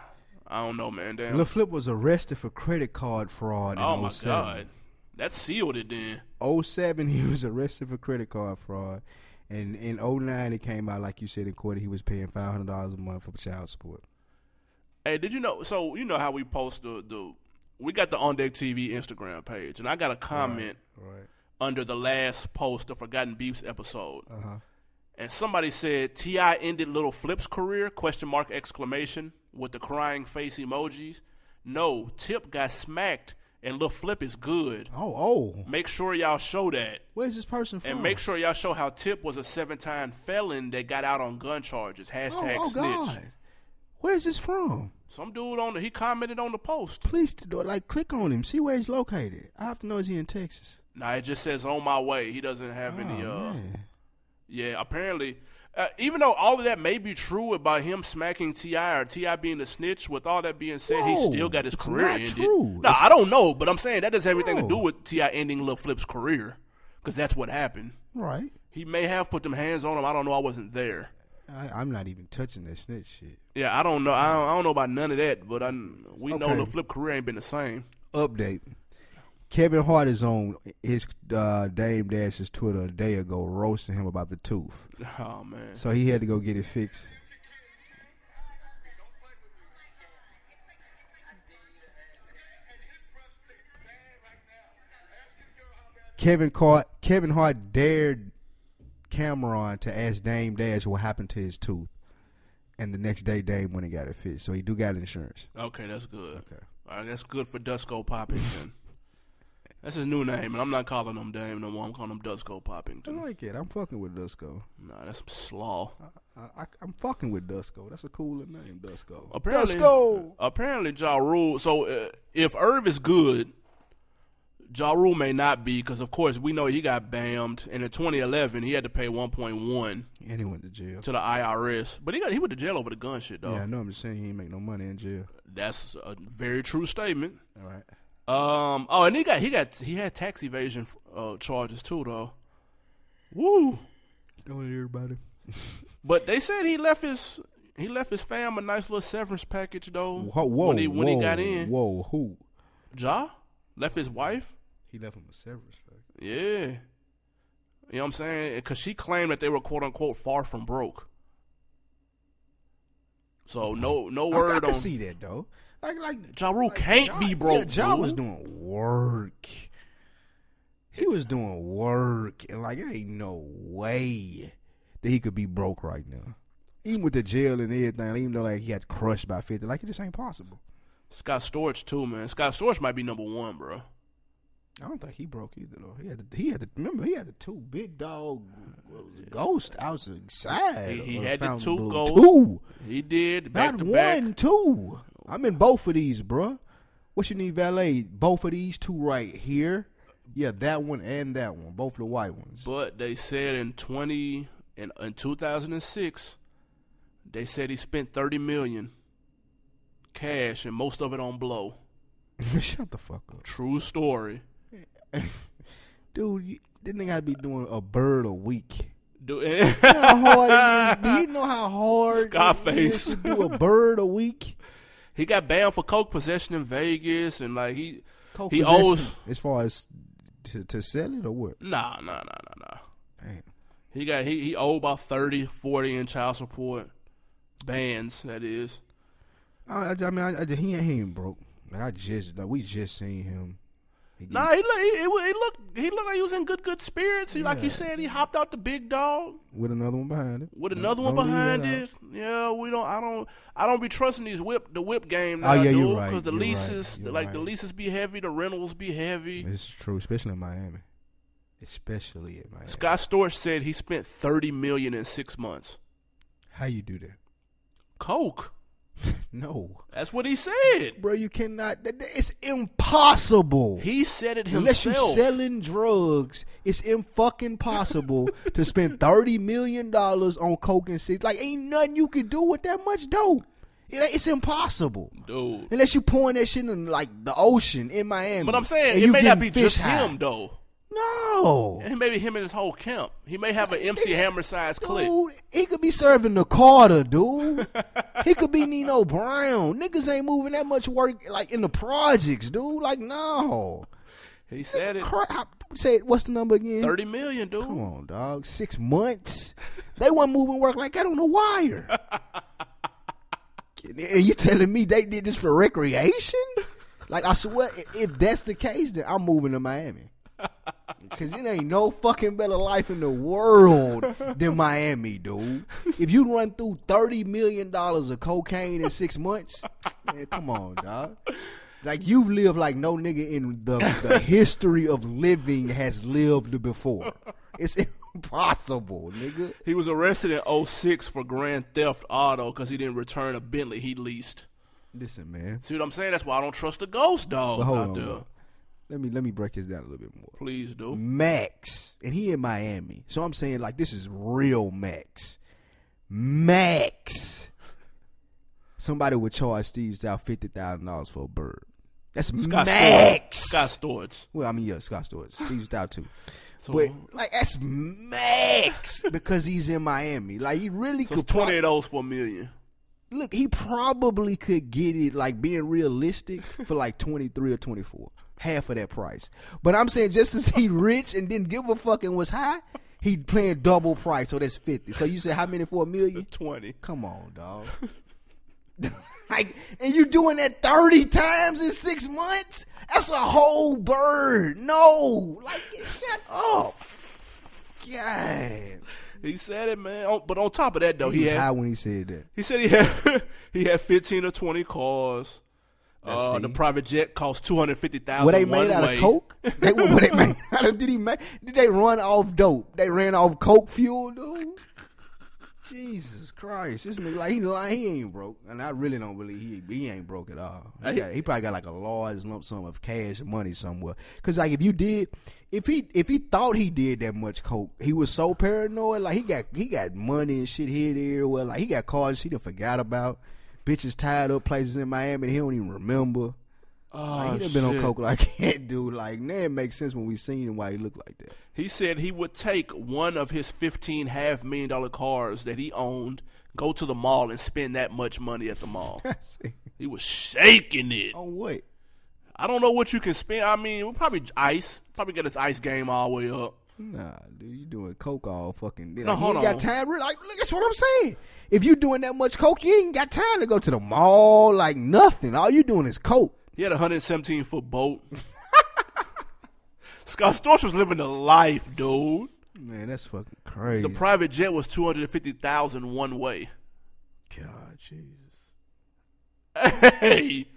A: I, I don't know, man. Damn.
B: Lil Flip was arrested for credit card fraud. In
A: oh my
B: 07.
A: god, that sealed it then.
B: 07 he was arrested for credit card fraud and in 09 it came out like you said in court he was paying $500 a month for child support
A: Hey, did you know? So you know how we post the the we got the on deck TV Instagram page, and I got a comment
B: right
A: under the last post of Forgotten Beefs episode.
B: Uh-huh.
A: And somebody said Ti ended Little Flip's career? Question mark exclamation with the crying face emojis. No, Tip got smacked, and Little Flip is good.
B: oh oh
A: Make sure y'all show that,
B: where's this person from
A: and make sure y'all show how Tip was a seven-time felon that got out on gun charges. Hashtag
B: oh, oh
A: snitch.
B: god where's this from
A: Some dude on the he commented on the post.
B: please t- like click on him see where he's located i have to know is he in texas
A: Nah, it just says on my way. He doesn't have any. Uh,
B: Oh, man.
A: Yeah, apparently, uh, even though all of that may be true about him smacking Ti or Ti being a snitch, with all that being said, he
B: No,
A: still got his
B: it's
A: career
B: not
A: ended.
B: true.
A: No,
B: It's-
A: I don't know, but I'm saying that doesn't have anything to do
B: No.
A: with Ti ending Lil Flip's career, because that's what happened.
B: right
A: He may have put them hands on him. I don't know. I wasn't there.
B: I, i'm not even touching that snitch shit
A: Yeah, I don't know. I don't, I don't know about none of that, but I, we know
B: Okay.
A: Lil Flip career ain't been the same.
B: update kevin hart is on his uh, dame dash's twitter a day ago roasting him about the tooth
A: Oh man,
B: so he had to go get it fixed Kevin Hart, Kevin Hart dared Cameron to ask Dame Dash what happened to his tooth, and the next day Dame went and got it fixed. So he do got insurance.
A: okay, that's good. Okay, all right, that's good for Dusko Poppington. That's his new name, and I'm not calling him Dame no more. I'm calling him Dusko
B: I
A: Poppington.
B: like it. I'm fucking with Dusko.
A: Nah, that's some slaw.
B: I, I, I'm fucking with Dusko. That's a cooler name, Dusko.
A: Apparently,
B: Dusko.
A: apparently Ja Rule. So uh, if Irv is good, Ja Rule may not be because, of course, we know he got bammed, and in 2011 he had to pay 1.1
B: And he went to jail.
A: to the IRS. But he got he went to jail over the gun shit though.
B: Yeah, I know. I'm just saying he ain't make no money in jail.
A: That's a very true statement.
B: All right.
A: Um. Oh, and he got he got he had tax evasion uh, charges too though. Woo.
B: Don't everybody.
A: But they said he left his he left his fam a nice little severance package though.
B: Whoa, whoa,
A: when he when
B: whoa,
A: he got in,
B: Whoa, who?
A: Ja left his wife.
B: He left him a severance. package.
A: Yeah. You know what I'm saying? Because she claimed that they were quote unquote far from broke. So no no
B: I- I,
A: word
B: can
A: on
B: see that though. Like, like
A: Ja Rule can't
B: Ja-
A: be broke.
B: Yeah, ja
A: dude.
B: was doing work. He was doing work, and like, it ain't no way that he could be broke right now. Even with the jail and everything, even though like he got crushed by fifty, like it just ain't possible.
A: Scott Storch too, man. Scott Storch might be number one, bro.
B: I don't think he broke either though. He had the, he had the remember he had the two big dog what was it, ghost outside.
A: He- he
B: of
A: had the
B: Fountain
A: two
B: Blue.
A: ghosts.
B: two,
A: He did back
B: not
A: to
B: one,
A: back.
B: two. I'm in both of these, bruh. What you need, valet? Both of these two right here. Yeah, that one and that one, both of the white ones.
A: But they said in twenty in in two thousand and six, they said he spent thirty million cash and most of it on blow.
B: Shut the fuck up,
A: True story.
B: dude. You, this nigga gotta be doing a bird a week.
A: Do,
B: How hard? it is? Do you know how hard it is
A: Scarface.
B: to do a bird a week?
A: he got banned for coke possession in Vegas and like he he
B: Co-possession
A: owes
B: as far as to, to sell it or what?
A: nah nah nah nah nah.
B: Damn.
A: He got he he owed about 30, 40 in child support bans that is.
B: I, I mean, I, I, he, ain't- he ain't broke. Like, I just like we just seen him. He get-
A: Nah, he look he, he, wa- he looked he looked like he was in good good spirits. He, Like you said, he hopped out the big dog.
B: with another one behind it.
A: with another one
B: Don't leave
A: behind
B: out.
A: it. Yeah, we don't. I don't. I don't be trusting these whip the whip game.
B: Oh,
A: Now,
B: yeah,
A: dude,
B: you're right,
A: Because the
B: you're right,
A: leases,
B: you're
A: like the
B: right.
A: leases, be heavy. The rentals be heavy.
B: It's true, especially in Miami. Especially in Miami.
A: Scott Storch said he spent thirty million in six months.
B: How you do that?
A: Coke.
B: no,
A: That's what he said.
B: bro, you cannot. That, that- it's impossible.
A: He said it
B: Unless you're
A: himself.
B: selling drugs, it's in fucking possible to spend thirty million dollars on coke and six. Like, ain't nothing you can do with that much dope. It, ain't- it's impossible.
A: dude.
B: Unless you pouring that shit in like the ocean in Miami.
A: But I'm
B: and
A: saying it
B: you
A: may not
B: getting
A: be
B: fish
A: just
B: high.
A: him though.
B: No.
A: And maybe him and his whole camp. He may have an MC Hammer sized clip.
B: Dude, he could be serving the Carter, dude. he could be Nino Brown. Niggas ain't moving that much work like in the projects, dude. Like no.
A: He said it.
B: Crap. Say it- what's the number again?
A: Thirty million, dude.
B: Come on, dog. Six months. They wasn't moving work like that on the wire. and you telling me they did this for recreation? Like I swear, i- if that's the case, then I'm moving to Miami. Cause it ain't no fucking better life in the world than Miami, dude. If you run through thirty million dollars of cocaine in six months, man, come on, dog. Like you've lived like no nigga in the, the history of living has lived before. It's impossible, nigga.
A: He was arrested in 06 for grand theft auto because he didn't return a Bentley he leased.
B: Listen, man.
A: See what I'm saying? That's why I don't trust the ghost dogs
B: But hold
A: out
B: on,
A: there.
B: bro. Let me let me break this down a little bit more.
A: Please
B: Mm.
A: do.
B: Max, and he in Miami. So I'm saying like this is real Max. Max. Somebody would charge Steve Stout fifty thousand dollars for a bird. That's
A: Scott
B: Max.
A: Storch. Scott Storch.
B: Well, I mean, yeah, Scott Storch. Steve Stout too.
A: So,
B: But like that's Max because he's in Miami. Like he really
A: so it's
B: could pro-
A: 20 of those for a million.
B: look. He probably could get it like being realistic for like twenty three or twenty four, half of that price. But I'm saying just as he rich and didn't give a fuck and was high, he playing double price. So that's fifty. So you said how many for a million?
A: 20.
B: Come on, dog. like, and you doing that thirty times in six months? That's a whole bird. No, like, shut up. God,
A: He said it, man. Oh, but on top of that, though,
B: he
A: he,
B: was
A: had,
B: high when he said that.
A: he said he had he had 15 or 20 cars. Uh, the
B: see.
A: private jet cost two hundred fifty thousand.
B: Were they made out of coke? They were, were they made out of, did he make? Did they run off dope? They ran off coke fuel, dude. Jesus Christ, this nigga like he lying, he ain't broke, and I really don't believe he he ain't broke at all. He, got- he probably got like a large lump sum of cash and money somewhere. Cause like if you did, if he if he thought he did that much coke, he was so paranoid. Like he got he got money and shit here there. Well, like he got cars he done forgot about. Bitches tied up places in Miami he don't even remember.
A: Oh,
B: Like, he done been on coke like that, dude. Like, now it makes sense when we seen him why he looked like that.
A: He said he would take one of his fifteen half million dollar cars that he owned, go to the mall and spend that much money at the mall.
B: See?
A: he was shaking it.
B: On what?
A: I don't know what you can spend. I mean, we'll probably ice. Probably get his ice game all the way up.
B: Nah, dude, you doing coke all fucking. Like,
A: No,
B: you
A: hold
B: ain't got
A: on.
B: time. Really, like, look, that's what I'm saying. If you doing that much coke, you ain't got time to go to the mall. Like nothing. All you doing is coke.
A: He had a 117 foot boat. Scott Storch was living the life, dude.
B: Man, that's fucking crazy.
A: The private jet was 250,000 one way.
B: God, Jesus.
A: Hey,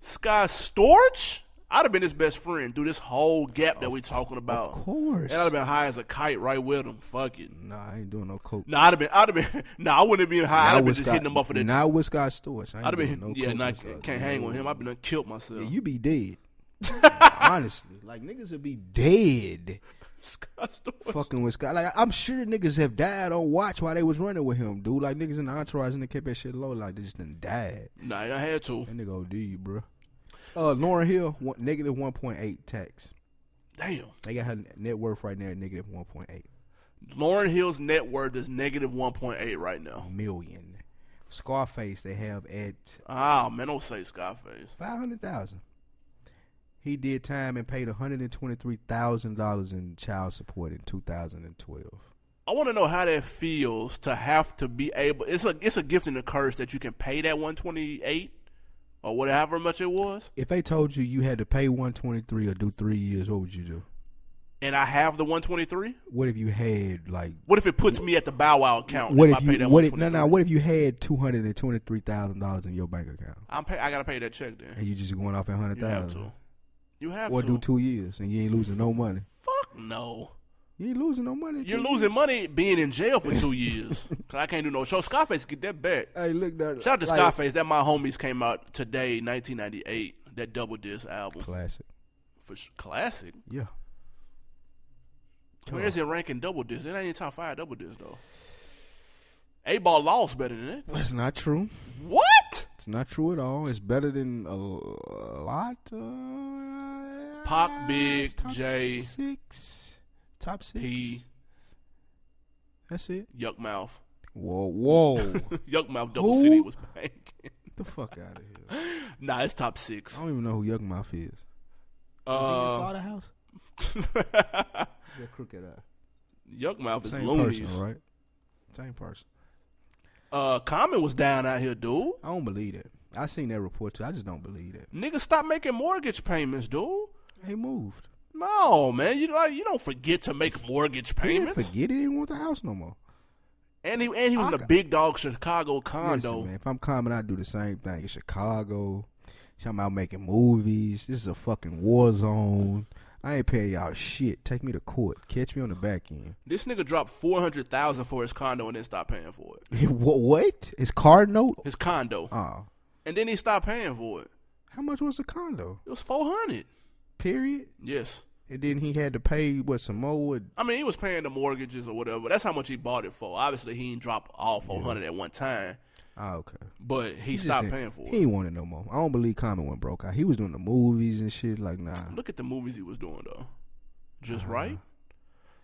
A: Scott Storch? I'd have been his best friend through this whole gap that we talking about.
B: Of course.
A: And I'd have been high as a kite right with him. Fuck it.
B: Nah, I ain't doing no coke.
A: Nah, I'd have been. I'd have been. Nah, I wouldn't have been high. I'd
B: Not
A: have been
B: with
A: just
B: Scott-
A: hitting him up for that.
B: Not with Scott Storch. I ain't
A: I'd have been.
B: doing no
A: yeah,
B: coke
A: nah,
B: with
A: can't,
B: Scott-
A: can't hang with him. I've been done killed myself.
B: You be dead. Honestly, like niggas would be dead.
A: Scott Storch.
B: fucking with Scott. Like I'm sure niggas have died on watch while they was running with him, dude. Like niggas in the entourage and they kept that shit low. Like they just done died.
A: Nah, I had to.
B: That nigga OD, bro. Uh, Lauren Hill one, negative one point eight tax.
A: Damn.
B: They got her net worth right now at negative one point eight
A: Lauren Hill's net worth is negative 1.8 right now.
B: million. Scarface they have at
A: Ah, man, don't say Scarface.
B: five hundred thousand. He did time and paid one hundred and twenty three thousand dollars in child support in two thousand and twelve.
A: I want to know how that feels to have to be able. It's a it's a gift and a curse that you can pay that 128 or whatever much it was,
B: If they told you you had to pay one twenty three or do three years, what would you do?
A: and I have the 123.
B: What if you had like
A: What if it puts me at the Bow Wow account?
B: what
A: Oh, if,
B: if
A: I pay
B: you
A: that
B: what if no no
A: 123?
B: what if you had two hundred and twenty three thousand dollars in your bank account
A: I'm pay, I gotta pay that check then.
B: and you just going off at hundred
A: You have
B: thousand
A: to. You have
B: or
A: to.
B: do two years and you ain't losing no money
A: Fuck no.
B: you ain't losing no money in
A: You're
B: two
A: losing money being in jail for two years. Cause I can't do no show. Scarface, get that back.
B: years. hey look that
A: Shout out to
B: like-
A: Scarface. That my homies came out today, 1998. That double disc album
B: classic
A: for sh- classic.
B: yeah
A: Where is it ranking double disc? It ain't in top five double disc though. A ball lost better than it.
B: that's not true
A: What?
B: it's not true at all it's better than a, a lot uh,
A: Pac, Big,
B: top
A: Jay,
B: six top six
A: P.
B: that's it
A: Yuck mouth.
B: whoa whoa
A: Yuck mouth. Double
B: Who?
A: city was banking.
B: Get the fuck out of here I
A: nah, it's top six.
B: don't even know who Young Mouth is
A: Uh,
B: Slaughterhouse? crooked uh, eye.
A: Yuck mouth is
B: Same
A: loonies.
B: person, right? Same person.
A: Uh, Common was down out here, dude.
B: I don't believe that. I seen that report too. I just don't believe that.
A: Nigga, stop making mortgage payments, dude.
B: He moved.
A: No, man, you like, you don't forget to make mortgage
B: He didn't
A: payments.
B: forget he didn't want the house no more.
A: And he and he was in a big dog Chicago condo.
B: Listen, man, if I'm coming, I do the same thing. In Chicago, I'm out making movies. This is a fucking war zone. I ain't paying y'all shit. Take me to court. Catch me on the back end.
A: This nigga dropped four hundred thousand for his condo and then stopped paying for it.
B: what? What? His card note?
A: His condo,
B: Oh,
A: and then he stopped paying for it.
B: how much was the condo?
A: It was four hundred.
B: Period.
A: Yes,
B: And then he had to pay what some more. What,
A: I mean he was paying the mortgages or whatever. That's how much he bought it for. Obviously he didn't drop all four hundred at one time,
B: oh, okay.
A: but he,
B: just
A: stopped
B: didn't-
A: paying for
B: He
A: it.
B: ain't want it no more. I don't believe Common went broke out. He was doing the movies and shit. Like, nah.
A: Look at the movies he was doing though. Just
B: Uh-huh.
A: right.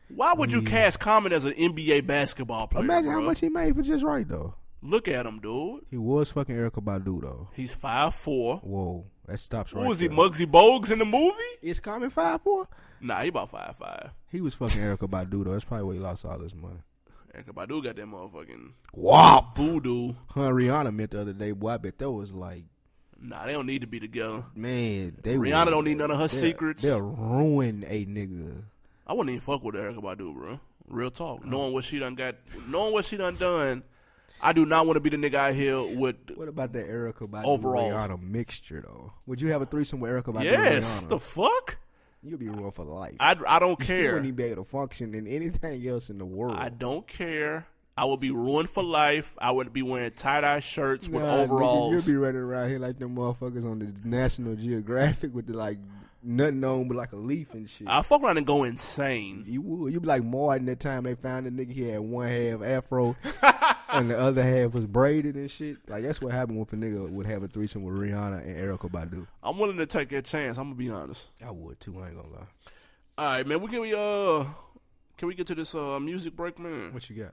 A: Why would you cast Common as an NBA basketball player?
B: Imagine how
A: bruh?
B: much he made for just right though.
A: Look at him, dude.
B: He was fucking Erica Badu though.
A: He's five four.
B: Whoa, that stops right.
A: Who was he,
B: there.
A: Muggsy Bogues in the movie?
B: Is Common five four?
A: Nah, he about five five.
B: He was fucking Erica Badu though. That's probably where he lost all his money.
A: Erica Badu got that motherfucking
B: Wow.
A: voodoo.
B: Her and Rihanna met the other day. Boy, I bet that was like,
A: Nah, they don't need to be together.
B: man, they
A: Rihanna
B: were-
A: don't need none of her
B: they'll-
A: secrets.
B: They'll ruin a nigga.
A: I wouldn't even fuck with Erica Badu, bro. Real talk. Knowing what she done got, knowing what she done done I do not want to be the nigga out here with.
B: What about that Erica Badu
A: Overalls.
B: Rihanna mixture though? Would you have a threesome with Erica Badu
A: Yes,
B: and Rihanna?
A: the fuck?
B: You'd be ruined for life.
A: I, I don't
B: you
A: care.
B: wouldn't even be able to function in anything else in the world.
A: I don't care. I would be ruined for life. I would be wearing tie dye shirts with
B: Nah, nigga,
A: overalls.
B: you'll be running around here like them motherfuckers on the National Geographic with the like nothing on but like a leaf and shit.
A: I fuck around and go insane.
B: you would. You'd be like Martin that time they found the nigga. He had one half afro and the other half was braided and shit. Like that's what happened if a nigga would have a threesome with Rihanna and Erica Badu.
A: I'm willing to take a chance. I'm gonna be honest.
B: I would too. I ain't gonna lie.
A: All right, man. We can we uh can we get to this uh music break, man?
B: What you got?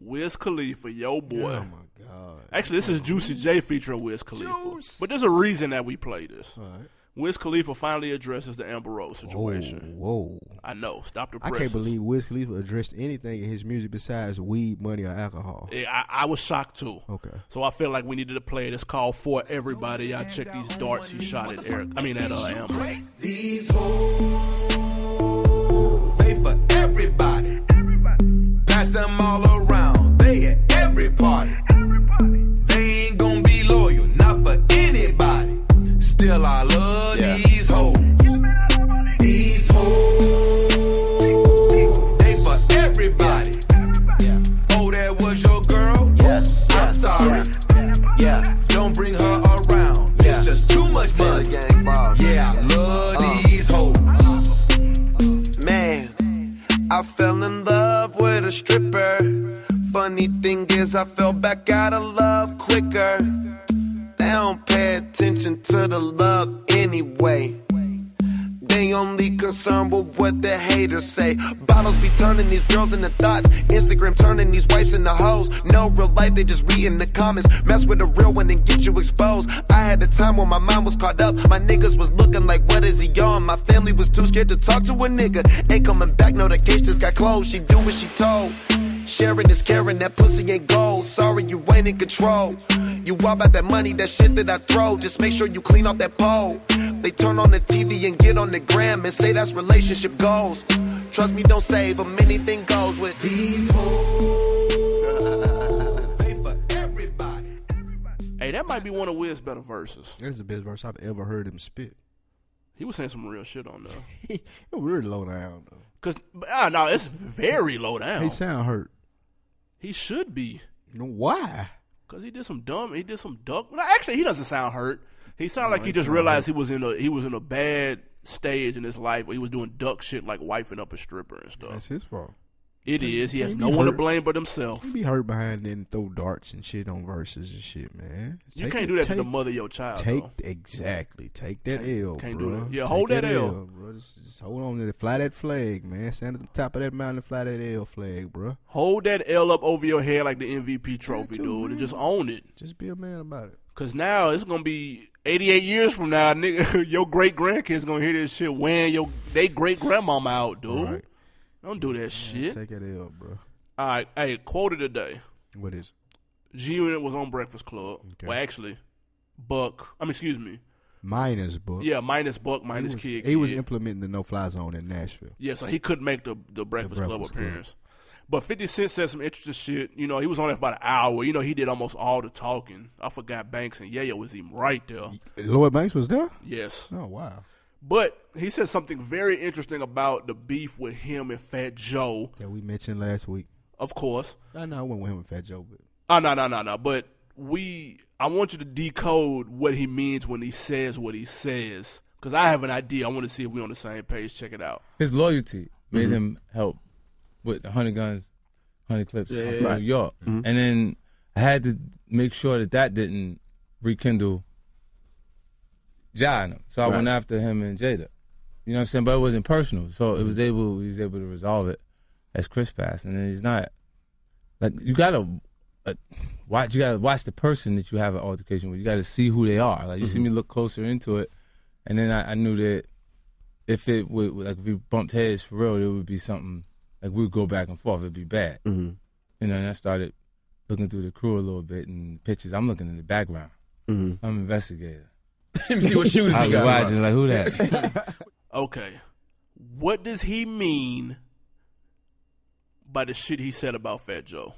A: Wiz Khalifa, yo boy.
B: Oh my god.
A: Actually, this is Juicy J featuring Wiz Khalifa.
B: Juice.
A: But there's a reason that we play this.
B: All right.
A: Wiz Khalifa finally addresses the Amber Rose situation.
B: Whoa.
A: I know. Stop the
B: Oh. I
A: press.
B: can't believe Wiz Khalifa addressed anything in his music besides weed, money, or alcohol.
A: Yeah, I, I was shocked too.
B: Okay.
A: So I feel like we needed to play it. It's called For Everybody. Y'all check these darts he shot at Eric. I mean at uh, Amber.
E: These hoes, they for everybody. Pass them all around, they at every party. They ain't gonna be loyal, not for anybody. Still, I love these hoes. These hoes, they for everybody. Oh, that was your girl? Yes. I'm sorry. Yeah. Don't bring her around. It's just too much money. Yeah, I love these hoes.
F: Man, I fell in love with a stripper. Funny thing is, I fell back out of love quicker. They don't pay attention to the love anyway. They only concerned with what the haters say. Bottles be turning these girls into thoughts. Instagram turning these wives into hoes. No real life, they just reading the comments. Mess with the real one and get you exposed. I had a time when my mind was caught up. My niggas was looking like, what is he on? My family was too scared to talk to a nigga. Ain't coming back, no, the case just got closed. She do what she told. Sharing is caring, that pussy ain't gold. Sorry, you ain't in control. You all about that money, that shit that I throw. Just make sure you clean off that pole. They turn on the TV and get on the gram and say that's relationship goals. Trust me, don't save them, anything goes with
E: These hoes. They for everybody.
A: Hey, that might be one of Wiz's better verses.
B: That's the best verse I've ever heard him spit.
A: He was saying some real shit on there.
B: it was really low down though.
A: Cause ah, no, it's very low down.
B: He sound hurt.
A: He should be.
B: No, why?
A: Cause he did some dumb. He did some duck. Well, actually, he doesn't sound hurt. He sounded like he just realized he was in a he was in a bad stage in his life where he was doing duck shit like wifing up a stripper and stuff.
B: That's his fault.
A: It is. He has
B: he
A: no one to
B: hurt.
A: blame but himself.
B: He be hurt behind it and throw darts and shit on verses and shit, man.
A: You
B: Take
A: can't
B: it-
A: do that to
B: take,
A: the mother of your child.
B: Take
A: though.
B: exactly. Take that L.
A: can't do
B: bruh.
A: that. Yeah,
B: Take
A: hold that L.
B: bro. Just, just hold on to it. Fly that flag, man. Stand at the top of that mountain and fly that L flag, bro.
A: Hold that L up over your head like the MVP trophy, dude, and just own it.
B: Just be a man about it.
A: Cause now it's gonna be 88 years from now, nigga. Your great grandkids gonna hear this shit when your they great grandmama out, dude.
B: Right.
A: Don't do that shit.
B: Take that L, bro.
A: All right, hey, quote of the day.
B: What is?
A: G Unit was on Breakfast Club.
B: Okay.
A: Well, actually, Buck. I mean, excuse me.
B: Minus book.
A: Yeah, minus Buck, minus
B: he was,
A: Kid.
B: he was
A: Kid.
B: implementing the no fly zone in Nashville.
A: Yeah, so he couldn't make the, the Breakfast, Club
B: Breakfast Club.
A: appearance. But 50 Cent said some interesting shit. You know, he was on there for about an hour. You know, he did almost all the talking. I forgot Banks and Yayo was even right there.
B: Lloyd Banks was there.
A: Yes.
B: Oh wow,
A: But he said something very interesting about the beef with him and Fat Joe,
B: that we mentioned last week.
A: of course.
B: I know I went with him and Fat Joe, but
A: Oh, no, no, no, no. But we, I want you to decode what he means when he says what he says. Because I have an idea. I want to see if we're on the same page. Check it out.
G: His loyalty made him help with the hundred guns, hundred clips yeah, New York, and then I had to make sure that that didn't rekindle Ja in him. So I went after him and Jada. You know what I'm saying? But it wasn't personal, so it was able. He was able to resolve it as Chris passed, and then he's not like you gotta. uh, Watch you gotta watch the person that you have an altercation with. You gotta see who they are. Like you see me look closer into it, and then I, I knew that if it would like if we bumped heads for real, it would be something like we would go back and forth. It'd be bad, mm-hmm. you know. And I started looking through the crew a little bit and pictures. I'm looking in the background. Mm-hmm. I'm an investigator.
H: Let me see what shoes
G: I
H: you got.
G: was watching
H: bro.
G: like who that?
A: Okay. What does he mean by the shit he said about Fat Joe?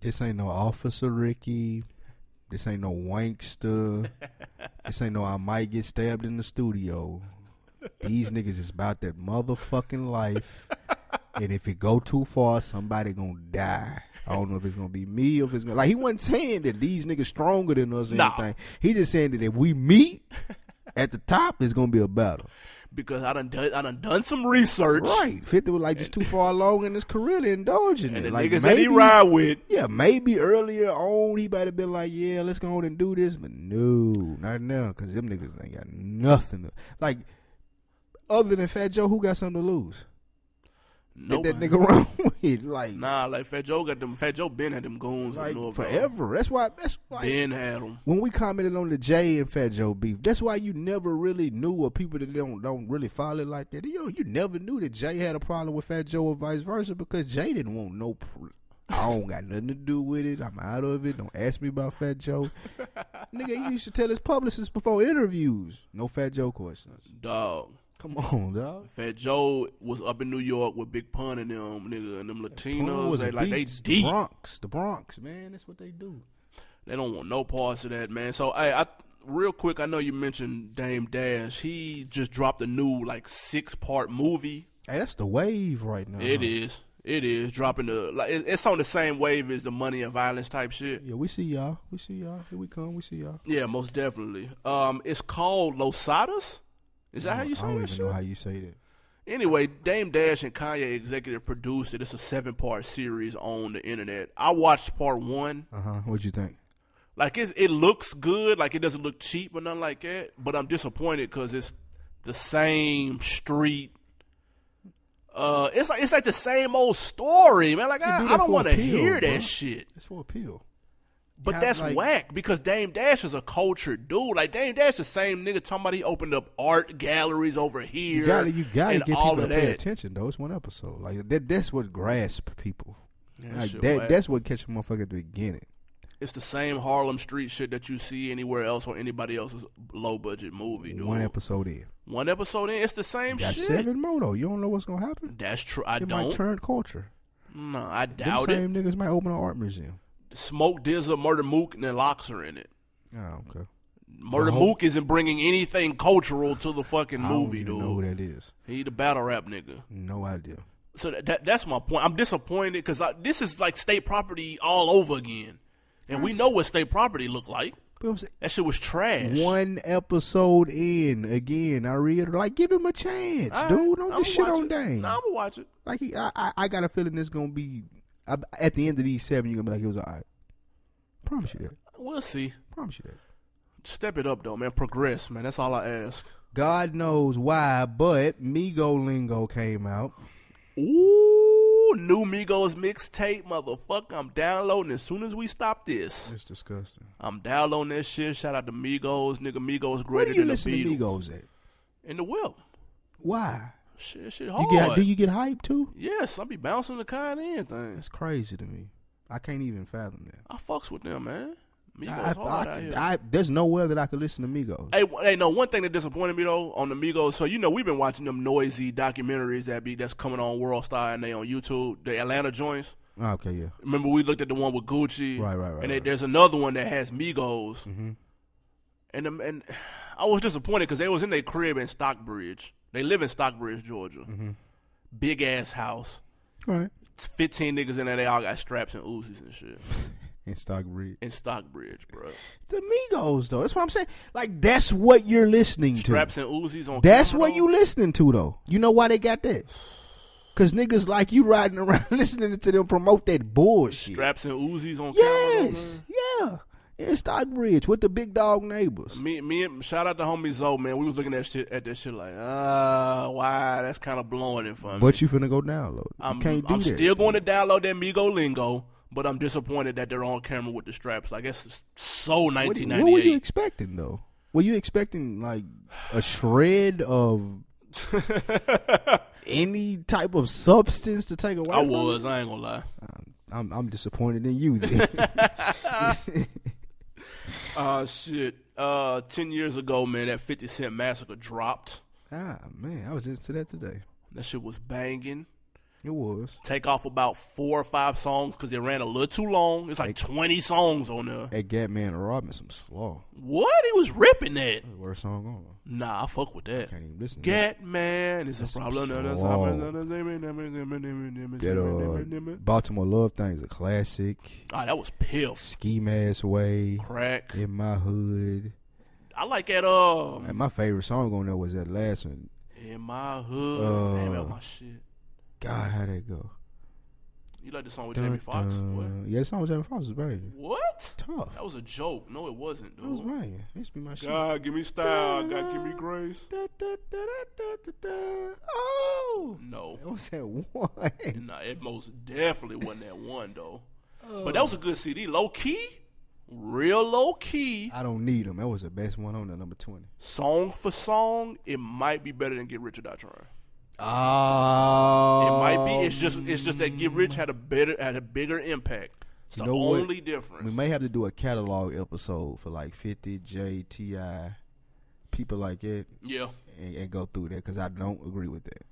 B: This ain't no Officer Ricky. This ain't no wankster. this ain't no I might get stabbed in the studio. These niggas is about that motherfucking life. And if it go too far, somebody gonna die. I don't know if it's gonna be me or if it's gonna like he wasn't saying that these niggas stronger than us or
A: Nah.
B: anything. He just saying that if we meet at the top, it's gonna be a battle.
A: because I done done, I done done some research.
B: Right. Fifty was like just too far along in his career to indulge in
A: And
B: it.
A: the
B: like
A: niggas that he ride with,
B: Yeah, maybe earlier on he might have been like, "Yeah, let's go on and do this," but no, not now because them niggas ain't got nothing. To, like other than Fat Joe, who got something to lose?
A: no,
B: That nigga wrong with like,
A: nah, like Fat Joe got them. Fat Joe been had them goons in
B: like
A: North Carolina.
B: forever. That's why. That's why.
A: Ben had them.
B: When we commented on the Jay and Fat Joe beef, that's why you never really knew, or people that don't don't really follow it like that. Yo, you never knew that Jay had a problem with Fat Joe or vice versa because Jay didn't want no. Pr- I don't got nothing to do with it. I'm out of it. Don't ask me about Fat Joe. Nigga, he used to tell his publicist before interviews, no Fat Joe questions.
A: Dog.
B: Come on, dog.
A: Fat Joe was up in New York with Big Pun and them nigga and them
B: Pun
A: Latinos.
B: was a
A: They like they
B: beast. The
A: deep.
B: Bronx, the Bronx, man. That's what they do.
A: They don't want no parts of that, man. So hey, I real quick, I know you mentioned Dame Dash. He just dropped a new like six part movie.
B: Hey, that's the wave right now.
A: It
B: huh?
A: is. It is dropping the like it- it's on the same wave as the money and violence type shit.
B: Yeah, we see y'all. We see y'all. Here we come. We see y'all.
A: Yeah, most definitely. Um, it's called Losadas. Is that how you
B: I
A: say
B: don't
A: that
B: even know
A: shit?
B: how you say that.
A: Anyway, Dame Dash and Kanye executive produced it. It's a seven part series on the internet. I watched part one.
B: Uh huh. What'd you think?
A: Like it's, it looks good. Like it doesn't look cheap or nothing like that. But I'm disappointed because it's the same street. Uh, it's like it's like the same old story, man. Like I,
B: do
A: I
B: that
A: don't
B: for
A: want to
B: appeal,
A: hear that
B: bro.
A: shit.
B: It's for appeal.
A: But
B: Yeah,
A: that's
B: like-
A: whack because Dame Dash is a cultured dude. Like Dame Dash, the same nigga talking about he opened up art galleries over here.
B: You gotta, you gotta
A: and
B: get
A: all
B: people to
A: of
B: pay
A: that.
B: attention. Though it's one episode. Like that, that's what grasp people.
A: Yeah,
B: like
A: shit
B: that,
A: whack.
B: that's what catch a motherfucker at the beginning.
A: It's the same Harlem street shit that you see anywhere else or anybody else's low budget movie. Dude.
B: One episode in.
A: One episode in, it's the same
B: Got
A: Oh, shit.
B: seven more though. You don't know what's gonna happen.
A: That's true. I
B: It might
A: don't.
B: turn culture.
A: No, I
B: Them
A: doubt it.
B: same niggas might open an art museum.
A: Smoke, Dizza, Murder Mook, and then Locks are in it.
B: Oh, okay.
A: Murder Mook isn't bringing anything cultural to the fucking
B: I don't
A: movie,
B: even know who
A: dude.
B: that is.
A: He the battle rap nigga.
B: No idea.
A: So that, that that's my point. I'm disappointed because this is like state property all over again, and we know what state property looked like.
B: But I'm saying,
A: That shit was trash.
B: one episode in again. I reiterate, like give him a chance,
A: All right,
B: dude. Don't
A: I'ma
B: just shit
A: watch
B: on
A: it.
B: Dame.
A: Nah, I'm gonna watch it.
B: Like he, I, I, I got a feeling this gonna be I, at the end of these seven. You're gonna be like, it was all right. Promise you that.
A: We'll see.
B: Promise you that.
A: Step it up though, man. Progress, man. That's all I ask.
B: God knows why, but Migo Lingo came out.
A: Ooh, new Migos mixtape, motherfucker. I'm downloading as soon as we stop this.
B: It's disgusting.
A: I'm downloading that shit. Shout out to Migos, nigga. Migos
B: Where
A: greater
B: do you
A: than the
B: listen to
A: Beatles.
B: Migos at?
A: In the whip.
B: Why?
A: Shit, shit
B: You
A: hard.
B: get, do you get hype too?
A: yes, I be bouncing the kind of anything.
B: That's crazy to me. I can't even fathom that.
A: I fucks with them, man. Migos
B: I, I,
A: hard
B: I-
A: out here.
B: I- there's nowhere that I could listen to Migos.
A: Hey, w- hey, no. One thing that disappointed me though on the Migos. So you know we've been watching them noisy documentaries that be that's coming on World Star and they on YouTube. The Atlanta joints.
B: Okay, yeah.
A: Remember we looked at the one with Gucci,
B: Right, right, right, Mm-hmm.
A: And they,
B: right.
A: there's another one that has Migos. And them- and I was disappointed because they was in their crib in Stockbridge. They live in Stockbridge, Georgia.
B: Mm-hmm.
A: Big ass house.
B: All right.
A: It's 15 niggas in there. They all got straps and Uzis and shit
B: In Stockbridge.
A: in Stockbridge, bro.
B: It's the Migos though. That's what I'm saying. Like that's what you're listening to.
A: Straps and Uzis on.
B: That's
A: camera,
B: what
A: though?
B: you listening to though. You know why they got that? Cause niggas like you riding around listening to them promote that bullshit.
A: Straps and Uzis on. camera, though, man.
B: yes, yeah. In Stockbridge with the big dog neighbors.
A: Me, me, and shout out to homie Zoe, man. We was looking at shit, at that shit like, uh, why? That's kind of blowing it for me.
B: But you finna go download. it.
A: I'm,
B: you can't do
A: I'm
B: that.
A: still going to download that Migo Lingo, but I'm disappointed that they're on camera with the straps. Like that's so
B: what, what were you
A: 1998.
B: expecting though? Were you expecting like a shred of any type of substance to take away?
A: I
B: from it?
A: was. I ain't gonna lie.
B: I'm, I'm disappointed in you. Then. Ah,
A: Uh, shit. Uh, ten years ago, man, that 50 Cent massacre dropped.
B: ah man, I was just to that today.
A: That shit was banging.
B: It was.
A: Take off about four or five songs because it ran a little too long. It's like twenty songs on there.
B: That Gatman Robin some slaw.
A: What? He was ripping that.
B: Worst song on.
A: Nah, I fuck with that.
B: Can't even listen. to that.
A: Get man is a
B: That's some
A: problem.
B: That uh,
A: Oh,
B: Baltimore Love Thing is a classic.
A: Ah, that was piff.
B: Ski Mask Way.
A: Crack.
B: In My Hood.
A: I like that. Uh,
B: And my favorite song on there was that last one.
A: in my hood.
B: Uh,
A: Damn, that was my shit.
B: God, how'd that go?
A: You like the song with Jamie Foxx? What?
B: Dun-dun. Yeah, that song was Jamie Foxx was banging.
A: What?
B: Tough.
A: That was a joke. No, it wasn't,
B: That was
A: dude.
B: banging. That used to be my shit.
A: God, give me style. God, give me grace.
B: Da, da, da, da, da, da. Oh!
A: No.
B: That was that one.
A: Nah, it most definitely wasn't that one though. But that was a good CD. Low key, real low key.
B: I don't need them. That was the best one on the number 20.
A: Song for song, it might be better than Get Rich or Die Trying. It
B: Oh.
A: might be. It's just. It's just that Get Rich had a better, had a bigger impact. It's
B: You
A: the
B: know what?
A: only difference.
B: We may have to do a catalog episode for like 50, J, T.I., people like that,
A: yeah,
B: and, and go through that because I don't agree with that.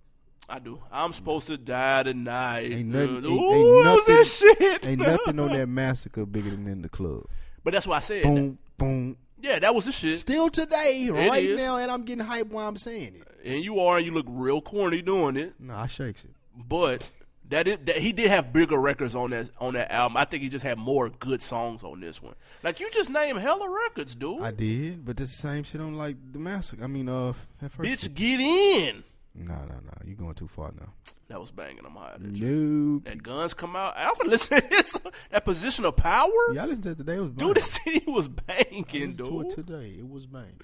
A: I do. I'm supposed to die tonight.
B: Ain't nothing, ain't,
A: Ooh,
B: ain't
A: what was
B: nothing,
A: that shit?
B: ain't nothing on that massacre bigger than in the club.
A: But that's why I said.
B: Boom, boom.
A: Yeah, that was the shit.
B: Still today, right
A: is.
B: now, and I'm getting hype while I'm saying it.
A: And you are, and you look real corny doing it.
B: No, I shakes it.
A: But that is that he did have bigger records on that on that album. I think he just had more good songs on this one. Like you just named hella records, dude.
B: I did, but that's the same shit on like the massacre. I mean, uh, at first.
A: Bitch, get in.
B: No, no, no. You're going too far now.
A: That was banging. I'm high. That,
B: Nope.
A: that guns come out. I'm finna listen to this. That position of power.
B: Y'all listened to that today. It was
A: Dude,
B: banging.
A: the city was banging,
B: Listened to it
A: dude.
B: today. It was bang.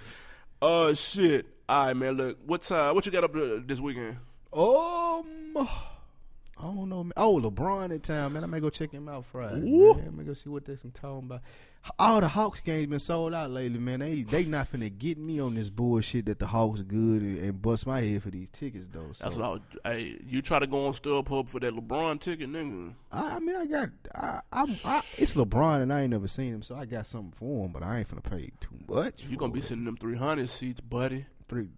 A: Oh shit! All right, man. Look, what's uh, what you got up to this weekend?
B: Um, I don't know. man. Oh, LeBron in town, man. I may go check him out Friday.
A: Ooh.
B: Man. I may go see what they're talking about. All the Hawks games been sold out lately, man. They they not finna get me on this bullshit that the Hawks good and, and bust my head for these tickets though. So
A: That's what I was. Hey, you try to go on StubHub for that LeBron ticket, nigga.
B: I, I mean, I got I, I'm I, it's LeBron and I ain't never seen him, so I got something for him, but I ain't finna pay too much.
A: You gonna be sitting them three hundred seats, buddy.
B: three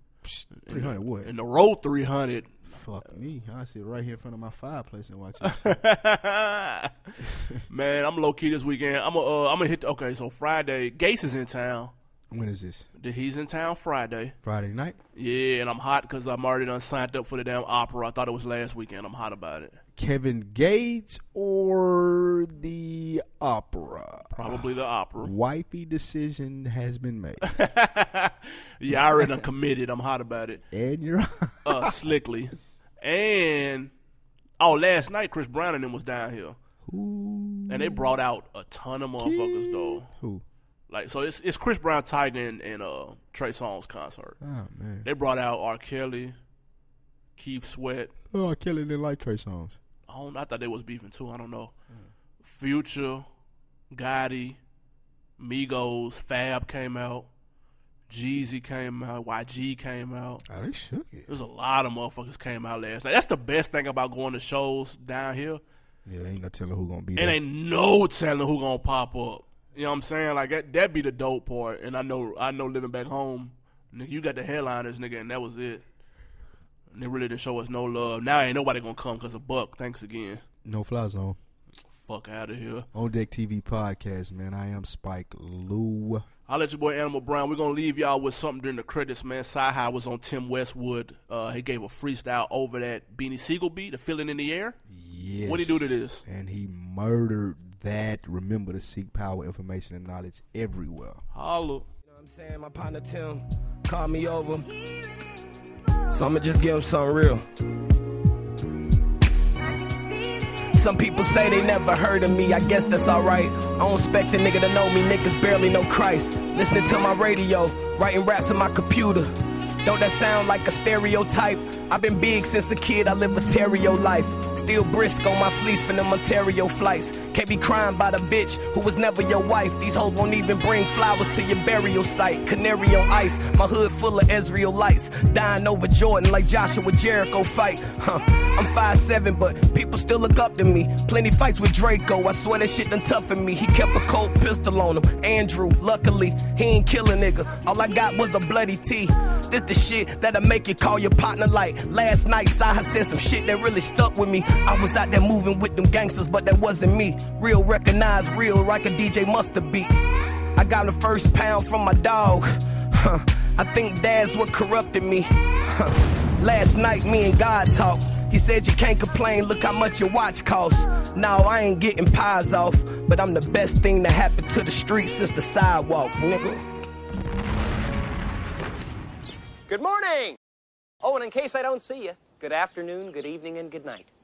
B: three hundred what?
A: In uh, the row three hundred.
B: Fuck me, I sit right here in front of my fireplace and watch it.
A: Man, I'm low key this weekend. I'm a, uh, I'm gonna hit. okay, so Friday, Gates is in town.
B: when is this?
A: Th- He's in town Friday.
B: Friday night?
A: Yeah, and I'm hot because I'm already done signed up for the damn opera. I thought it was last weekend. I'm hot about it.
B: Kevin Gates or the opera?
A: Probably the opera.
B: Wifey decision has been made,
A: Yeah, I already done committed. I'm hot about it.
B: and you're
A: Uh, slickly, and oh, last night Chris Brown and them was down here,
B: who?
A: and they brought out a ton of motherfuckers though.
B: Who?
A: Like, so it's it's Chris Brown, Tiger, and, and uh Trey Songz concert.
B: Oh man!
A: They brought out R. Kelly, Keith Sweat.
B: Oh, Kelly didn't like Trey songs.
A: I don't. I thought they was beefing too. I don't know. Future, Gotti, Migos, Fab came out. Jeezy came out. YG came out.
B: Oh, they shook it.
A: There's a lot of motherfuckers came out last night. That's the best thing about going to shows down here.
B: Yeah, ain't no telling who gonna be
A: And
B: there.
A: ain't no telling who gonna pop up. You know what I'm saying? Like that that be the dope part. And I know I know living back home, nigga, you got the headliners, nigga, and that was it. And they really didn't show us no love. Now ain't nobody gonna come cause of Buck. Thanks again.
B: No fly zone.
A: Fuck out of here.
B: On Deck TV podcast, man. I am Spike Lou.
A: I'll let your boy Animal Brown. We're gonna leave y'all with something during the credits, man. Sci High was on Tim Westwood. Uh, he gave a freestyle over that Beanie Siegel beat, the feeling in the air.
B: Yes.
A: What'd he do to this?
B: And he murdered that. Remember to seek power, information, and knowledge everywhere.
A: Holla.
H: I'm saying my partner Tim called me over. So I'ma just give him something real. Some people say they never heard of me, I guess that's alright. I don't expect a nigga to know me, niggas barely know Christ. Listening to my radio, writing raps on my computer. Don't that sound like a stereotype? I've been big since a kid, I live a Terrio life. Still brisk on my fleece for them Ontario flights. Can't be crying about a bitch who was never your wife. These hoes won't even bring flowers to your burial site. Canary on ice, my hood full of Israel lights. Dying over Jordan like Joshua Jericho fight. Huh, I'm 5'7, but people still look up to me. Plenty fights with Draco, I swear that shit done toughened me. He kept a cold pistol on him. Andrew, luckily, he ain't kill a nigga. All I got was a bloody tee. This the shit that'll make you call your partner like,
E: Last night, Si had said some shit that really stuck with me. I was out there moving with them gangsters, but that wasn't me. Real recognized, real, like a DJ must have beat. I got the first pound from my dog. Huh. I think that's what corrupted me. Huh. Last night, me and God talked. He said you can't complain, look how much your watch costs. No, I ain't getting pies off, but I'm the best thing that happened to the street since the sidewalk, nigga.
I: Good morning. Oh, and in case I don't see you, good afternoon, good evening, and good night.